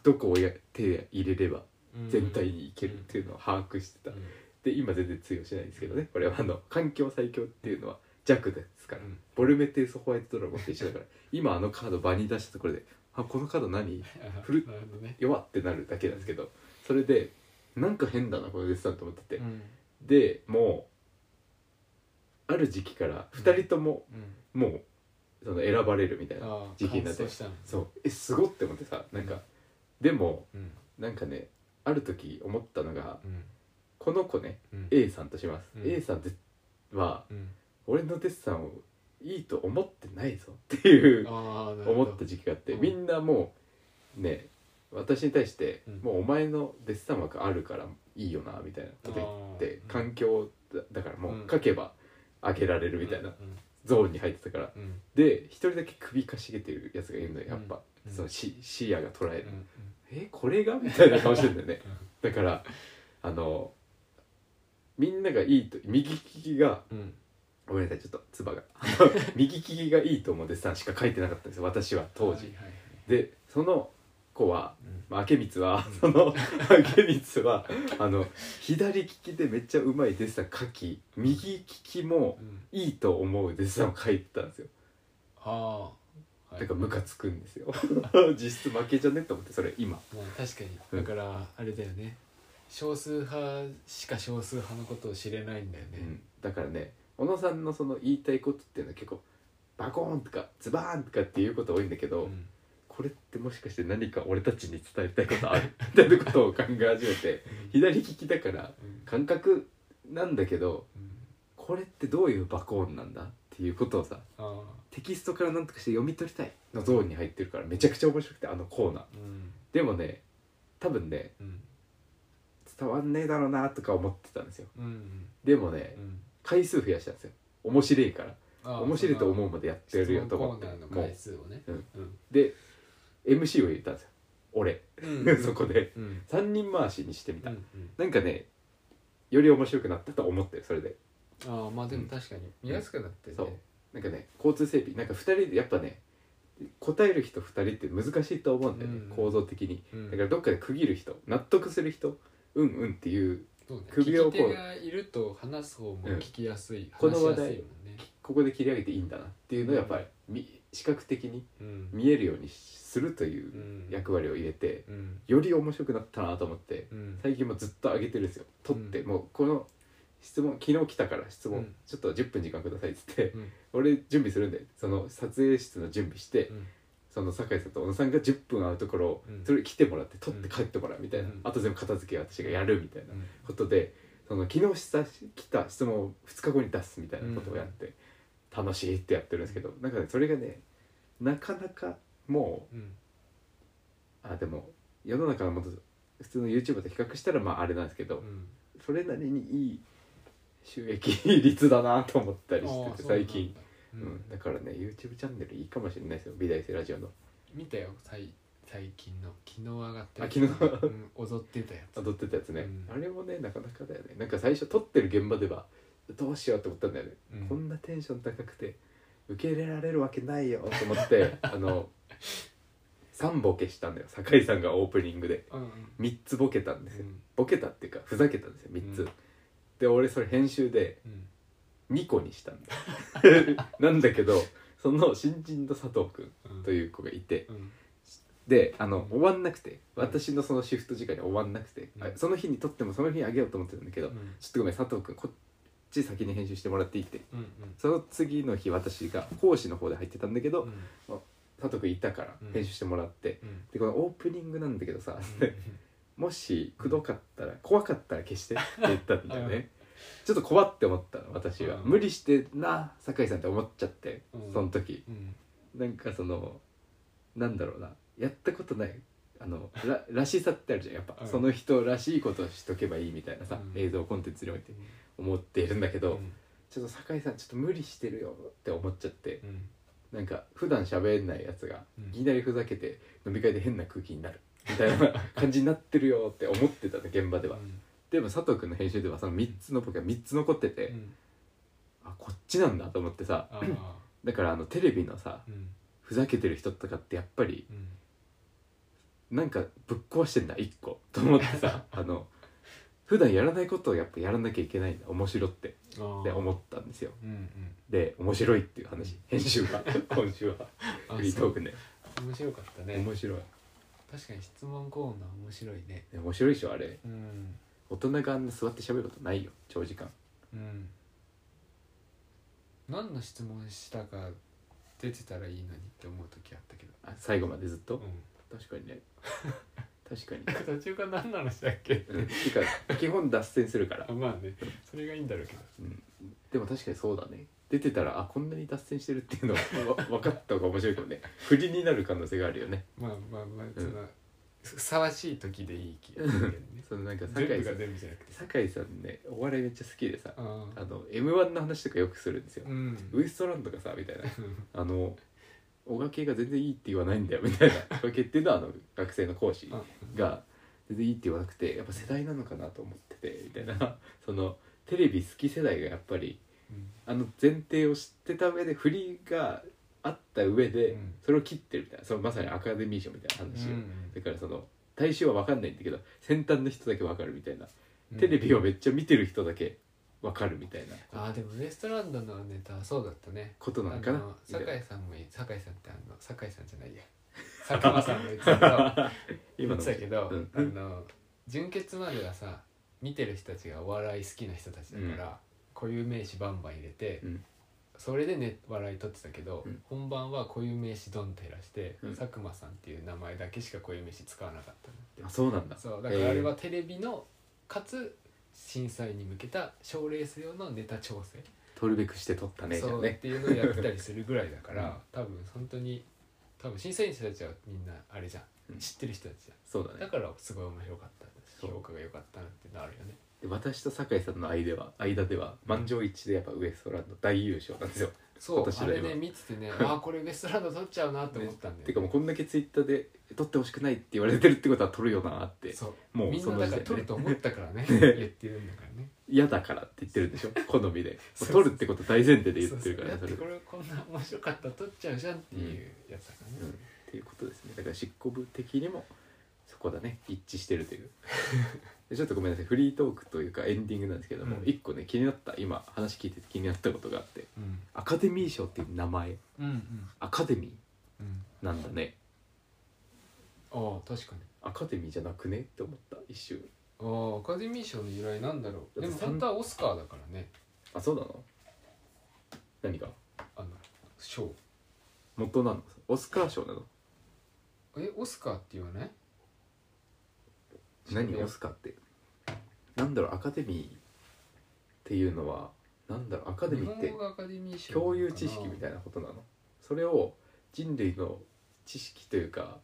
どこをや手入れればうん全体にいけるっていうのを把握してた、うんで今全然通用しないんですけどねこれはあの環境最強っていうのは弱ですから、うんボルメテウスホワイトドラゴンと一緒だから今あのカード場に出したところで「あこのカード何フルなるほどね弱」ってなるだけなんですけどそれでなんか変だなこのデッサンと思ってて、うんでもうある時期から2人ともうんもうその選ばれるみたいなああ時期になって乾燥したのそうえすごって思ってさなんか、でもうんなんかねある時思ったのがうんこの子ねうん A さんとします、うん A さんってはうん俺のデッサンをいいと思ってないぞっていうああなるほ思どった時期があってうんみんなもうね私に対して、うんもうお前のデッサン枠あるからいいよなみたいなこと言ってあー環境だだからもうんう書けばあげられるみたいなうんゾーンに入ってたからうんで一人だけ首かしげてるやつがいるのよやっぱ、うんその視視野が捉えうる、んえこれがみたいな顔してんだよねだからあのみんながいいと右利きがうんうんごめんなさいちょっと唾が 右利きがいいと思うデッサンしか書いてなかったんですよ私は当時、はいはいはいでその子は、うんまあ、明光 はその明光はあの左利きでめっちゃうまいデッサン描き右利きもうんいいと思うデッサンを描いてたんですよああだからムカつくんです よ実質負けじゃねと思ってそれ今まあ確かにうんだからあれだよね少数派しか少数派のことを知れないんだよね、だからね小野さんのその言いたいことっていうのは結構バコーンとかズバーンとかっていうこと多いんだけど、うんこれってもしかして何か俺たちに伝えたいことある みたいなことを考え始めて左利きだからうん感覚なんだけどうんこれってどういうバコーンなんだっていうことをさあテキストから何とかして読み取りたいのゾーンに入ってるからめちゃくちゃ面白くてあのコーナーーうんでもね多分ねうん伝わんねえだろうなとか思ってたんですようんうんでもねうん回数増やしたんですよ面白いからあー面白いとそ思のうまでやってやるよと思っ質て問コーナーものう回数をねうんうんで MC を入れたんですよ俺 そこでうんうん3人回しにしてみた、うんなんかねより面白くなったと思ってるそれでああまあでうんも確かに見やすくなってねそうなんかね交通整備なんか2人でやっぱね答える人2人って難しいと思うんだよね、うん構造的にうんだからどっかで区切る人納得する人うんうんっていうそうね首をこう聞き手がいると話す方も聞きやすいこの話しや話すい題もんねここで切り上げていいんだなっていうのをやっぱりみ視覚的にうん見えるようにするといううん役割を入れてうんより面白くなったなと思ってうん最近もずっと上げてるんですよ撮って、うもうこの質問昨日来たから質問、うんちょっと10分時間くださいっつって、 うん俺準備するんでその撮影室の準備して、うんその酒井さんと小野さんが10分会うところを、うんそれ来てもらって撮っうてん帰ってもらうみたいな、うんあと全部片付け私がやるみたいなうんことでその昨日した来た質問を2日後に出すみたいなことをやって、楽しいってやってるんですけどなんかねそれがねなかなかもううんあでも世の中のもっと普通の YouTuber と比較したらまああれなんですけど、うんそれなりにいい収益率だなと思ったりあしあててそうなん最だ近、ううんんだからね YouTube チャンネルいいかもしれないですよ美大生ラジオの見たよ最最近の昨日上がってあ昨日うん踊ってたやつ踊ってたやつね、うあんれもねなかなかだよねなんか最初撮ってる現場ではどうしようと思ったんだよね、うんこんなテンション高くて受け入れられるわけないよと思って あの3ボケしたんだよ酒井さんがオープニングでうんうん3つボケたんですよ、うんボケたっていうかふざけたんですよ3つ、うんで俺それ編集でうん2個にしたんだ なんだけどその新人の佐藤君うんという子がいてうんであの終わんなくてうん私のそのシフト時間に終わんなくて、うんあその日に撮ってもその日にあげようと思ってたんだけど、うちょんっとごめん佐藤君こっち先に編集してもらっていいってうんその次の日私が講師の方で入ってたんだけど、うんうん佐藤君いたからうん編集してもらって、うんでこのオープニングなんだけどさ、うんもしくどかったら怖かったら消してって言ったんだ ようねちょっと怖って思ったの私は、うん無理してな酒井さんって思っちゃって、うんその時うんなんかそのなんだろうなやったことないあのら らしさってあるじゃんやっぱ、うんその人らしいことをしとけばいいみたいなさ、うん映像コンテンツにおいて思っているんだけど、ちょっと酒井さんちょっと無理してるよって思っちゃってうんうんなんか普段喋んないやつがうんいきなりふざけて飲み会で変な空気になるみたいな感じになってるよって思ってたね現場では、うんでも佐藤君の編集ではその3つのボケが3つ残ってて、うんあこっちなんだと思ってさああだからあのテレビのさうんふざけてる人とかってやっぱりうんなんかぶっ壊してんだ1個と思って さあの普段やらないことをやっぱやらなきゃいけないんだ面白ってああで思ったんですようんうんで面白いっていう話編集 が今週はあフリーそトうークね面白かったね面白い確かに質問コーナー面白いねね面白いでしょあれうん大人があんな座って喋ることないよ長時間うん何の質問したか出てたらいいのにって思う時あったけどあ最後までずっと、う確かに ね確かにん途中から何の話だっけうんて か基本脱線するからあ、まあねそれがいいんだろうけどうん、でも確かにそうだね出てたらあこんなに脱線してるっていうのは分かった方が面白いかもね振りになる可能性があるよねまあまあまあその、ふさわしい時でいい気がするけどねそのなんか酒全井部さがん全部じゃなくて酒井さんねお笑いめっちゃ好きでさあああの m 1の話とかよくするんですよ、うんウエストランドがさみたいなあのおがけが全然いいって言わないんだよみ たいなおがけっていうのはあの学生の講師あが全然いいって言わなくてやっぱ世代なのかなと思っててみたいな そのテレビ好き世代がやっぱりうんあの前提を知ってた上で振りがあった上でうんそれを切ってるみたいなそのまさにアカデミー賞みたいな話を、うんだからその大衆は分かんないんだけど先端の人だけ分かるみたいな、テレビをめっちゃ見てる人だけ分かるみたいなあーでもウエストランドのネタはそうだったねことあなのかなのみたいな酒井さんもい酒井さんってあの酒井さんじゃないや佐久間さんも言ってたけど 言今っのてたけど、うんあの純潔まではさ見てる人たちがお笑い好きな人たちだから、固有名詞バンバン入れて、うんそれでね笑い取ってたけど、うん本番は固有名詞ドンって減らして、うん佐久間さんっていう名前だけしか固有名詞使わなかったんだってあそうなんだそうだからあれはテレビのかつ震災に向けた賞ーレース用のネタ調整、取るべくして取ったねじゃそあうっねていうのをやってたりするぐらいだかうら、ん多分本当に多分審査員の人たちはみんなあれじゃん、うん知ってる人たちじそうだゃんねだからすごい面白かったしそう評価が良かったなってなるよねで私と酒井さんの間では間では満場一致でやっぱウエストランド大優勝なんですよそう私あられ今ね見ててね ああこれウエストランド取っちゃうなって思ったんだよ、ね、てかもうこんだけツイッターで取ってほしくないって言われてるってことは取るよなってそうもうみんそなのだ時か点らでね取ると思ったか らね言ってるんだからね嫌だからって言ってるんでしょ好みでそうそう取るってこと大前提で言ってるからねそうそそうれだってこれこんな面白かったら取っちゃうじゃんっていうやつだからね、うんっていうことですねだから執行部的にもそこだね一致してるという でちょっとごめんなさいフリートークというかエンディングなんですけどもうん一、個ね気になった今話聞いてて気になったことがあってうんアカデミー賞っていう名前うんうんアカデミうんーなんだねああ確かにアカデミーじゃなくねって思った一瞬ああアカデミー賞の由来なんだろうだでってもさん本当はオスカーだからねあそうなの何があの賞元なのオスカー賞なのえオスカーって言わない何オスカーってなんだろうアカデミーっていうのはなんだろうアカデミーっ日て本語がアカデミー賞な共のかな有知識みたいなことなのそれを人類の知識というか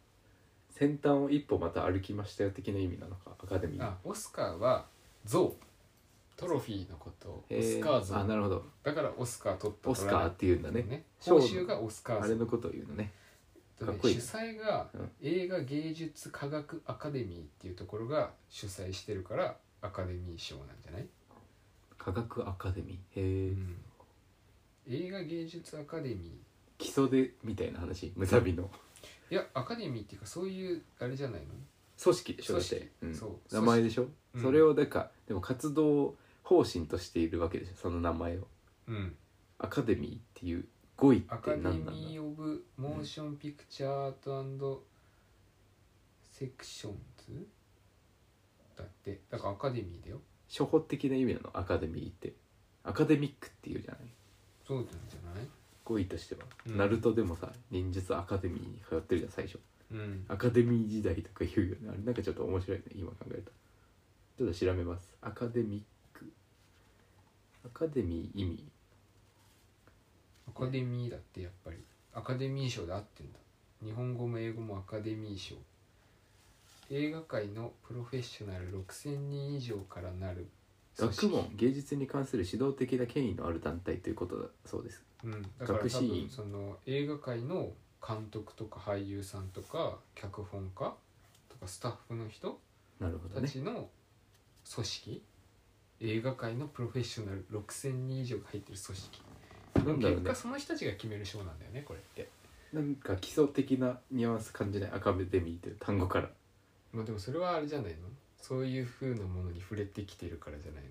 先端を一歩また歩きましたよ的な意味なのかアカデミーあオスカーは像トロフィーのことをへオスカー像あなるほどだからオスカー取ったオスカーっていうんだだねね賞報の酬がオスカーあ像れのことを言うのね主かっこいいね催がうん映画芸術科学アカデミーっていうところが主催してるからアカデミー賞なんじゃない、科学アカデミーへえ映画芸術アカデミー基礎でみたいな話ムサビのいやアカデミーっていうかそういうあれじゃないの組織でしょだ組っ織て、うんそう名前でしょ、うんそれをだからでも活動方針としているわけでしょその名前をうんアカデミーっていう語彙ってアカデ何なんだミー・オブ・モーション・ピクチャー・アート・アンド・セクションズだってだからアカデミーだよ初歩的な意味なのアカデミーってアカデミックっていうじゃないそうなんじゃない語彙としては、うんナルトでもさ忍術アカデミーに通ってるじゃん最初うんアカデミー時代とか言うよねあれなんかちょっと面白いね今考えたちょっと調べますアカデミックアカデミー意味アカデミーだってやっぱりアカデミー賞で合ってんだ日本語も英語もアカデミー賞映画界のプロフェッショナル6000人以上からなる組織学問芸術に関する指導的な権威のある団体ということだそうですうん、だから多学士院分その映画界の監督とか俳優さんとか脚本家とかスタッフの人なるほどたねちの組織、映画界のプロフェッショナル6000人以上が入ってる組織なんだろう結ね果その人たちが決める賞なんだよねこれってなんか基礎的なニュアンス感じないアカデミーという単語からまあでもそれはあれじゃないのそういう風なものに触れてきてるからじゃないの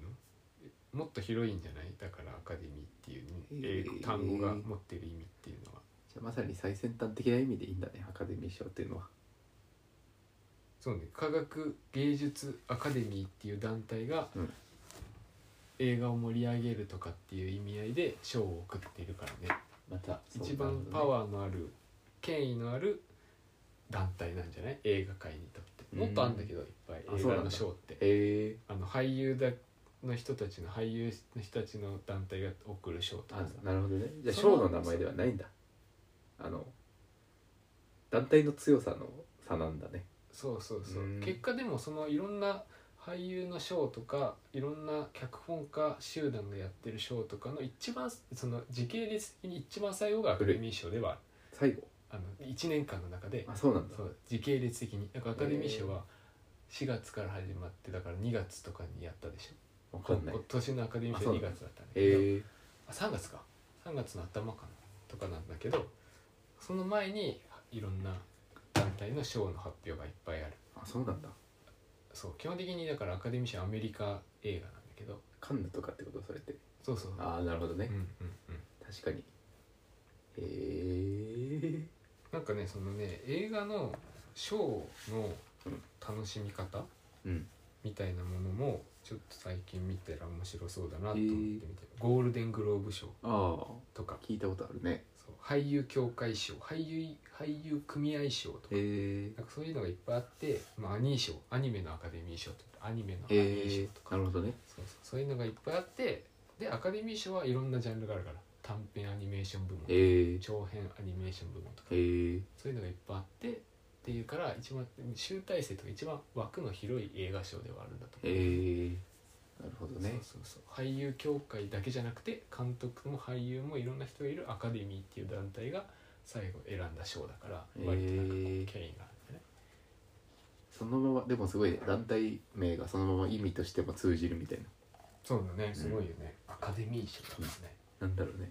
えもっと広いんじゃないだからアカデミーっていう英語えー単語が持ってる意味っていうのはじゃあまさに最先端的な意味でいいんだねアカデミー賞っていうのはそうね科学芸術アカデミーっていう団体が、うん映画を盛り上げるとかっていう意味合いで賞を送っているからねまた一番パワーのある権威のある団体なんじゃない映画界にとってもっとあるんだけどいっぱあい映そうなんだ画の賞ってえあの俳優だの人たちの俳優の人たちの団体が送る賞とー、かあさなるほどねじゃあその賞の名前ではないんだあの団体の強さの差なんだねそうそうそううん結果でもそのいろんな俳優の賞とかいろんな脚本家集団がやってる賞とかの一番その時系列的に一番最後がアカデミー賞では最後あるあの1年間の中であそうなんだそう時系列的にだからアカデミー賞は4月から始まってだから2月とかにやったでしょわかこんない今年のアカデミー賞あそう2なんだ月だったんだけど、えあ3月か3月の頭かなとかなんだけどその前にいろんな団体の賞の発表がいっぱいあるー、あそうなんだそう基本的にだからアカデミー賞アメリカ映画なんだけどカンヌとかってことそれってそうそうああなるほどねうん、うんうん確かにへえなんかねそのね映画のショーの楽しみ方うんみたいなものもちょっと最近見たら面白そうだなと思って見てる、ゴールデングローブ賞ああとか聞いたことあるねそう俳優協会賞俳優俳優組合賞とかへえなんかそういうのがいっぱいあって、まあ、アニー賞アニメのアカデミー賞とかアニメのアニへーえ賞とか、なるほどねそうそうそういうのがいっぱいあってでアカデミー賞はいろんなジャンルがあるから短編アニメーション部門へえ長編アニメーション部門とかへえそういうのがいっぱいあってっていうから一番集大成とか一番枠の広い映画賞ではあるんだと思うへえなるほどねそうそうそう俳優協会だけじゃなくて監督も俳優もいろんな人がいるアカデミーっていう団体が最後選んだ賞だからへー割となんかこう権威があるんだね、そのままでもすごいね団体名がそのまま意味としても通じるみたいなそうだねすごいよね、アカデミー賞だからね、なんだろうね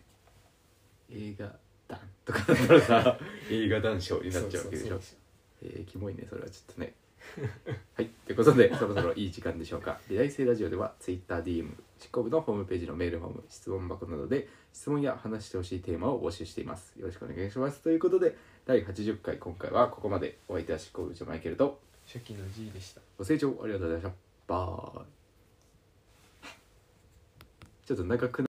映画団とかだったら さ映画団賞になっちゃうわけでしそょうそうそうえー、キモいねそれはちょっとね はいということでそろそろいい時間でしょうか「美大生ラジオ」では TwitterDM 執行部のホームページのメールフォーム質問箱などで質問や話してほしいテーマを募集していますよろしくお願いしますということで第80回今回はここまでお相手は執行部長マイケルと初期の G でしたご清聴ありがとうございましたバイちょっと長くな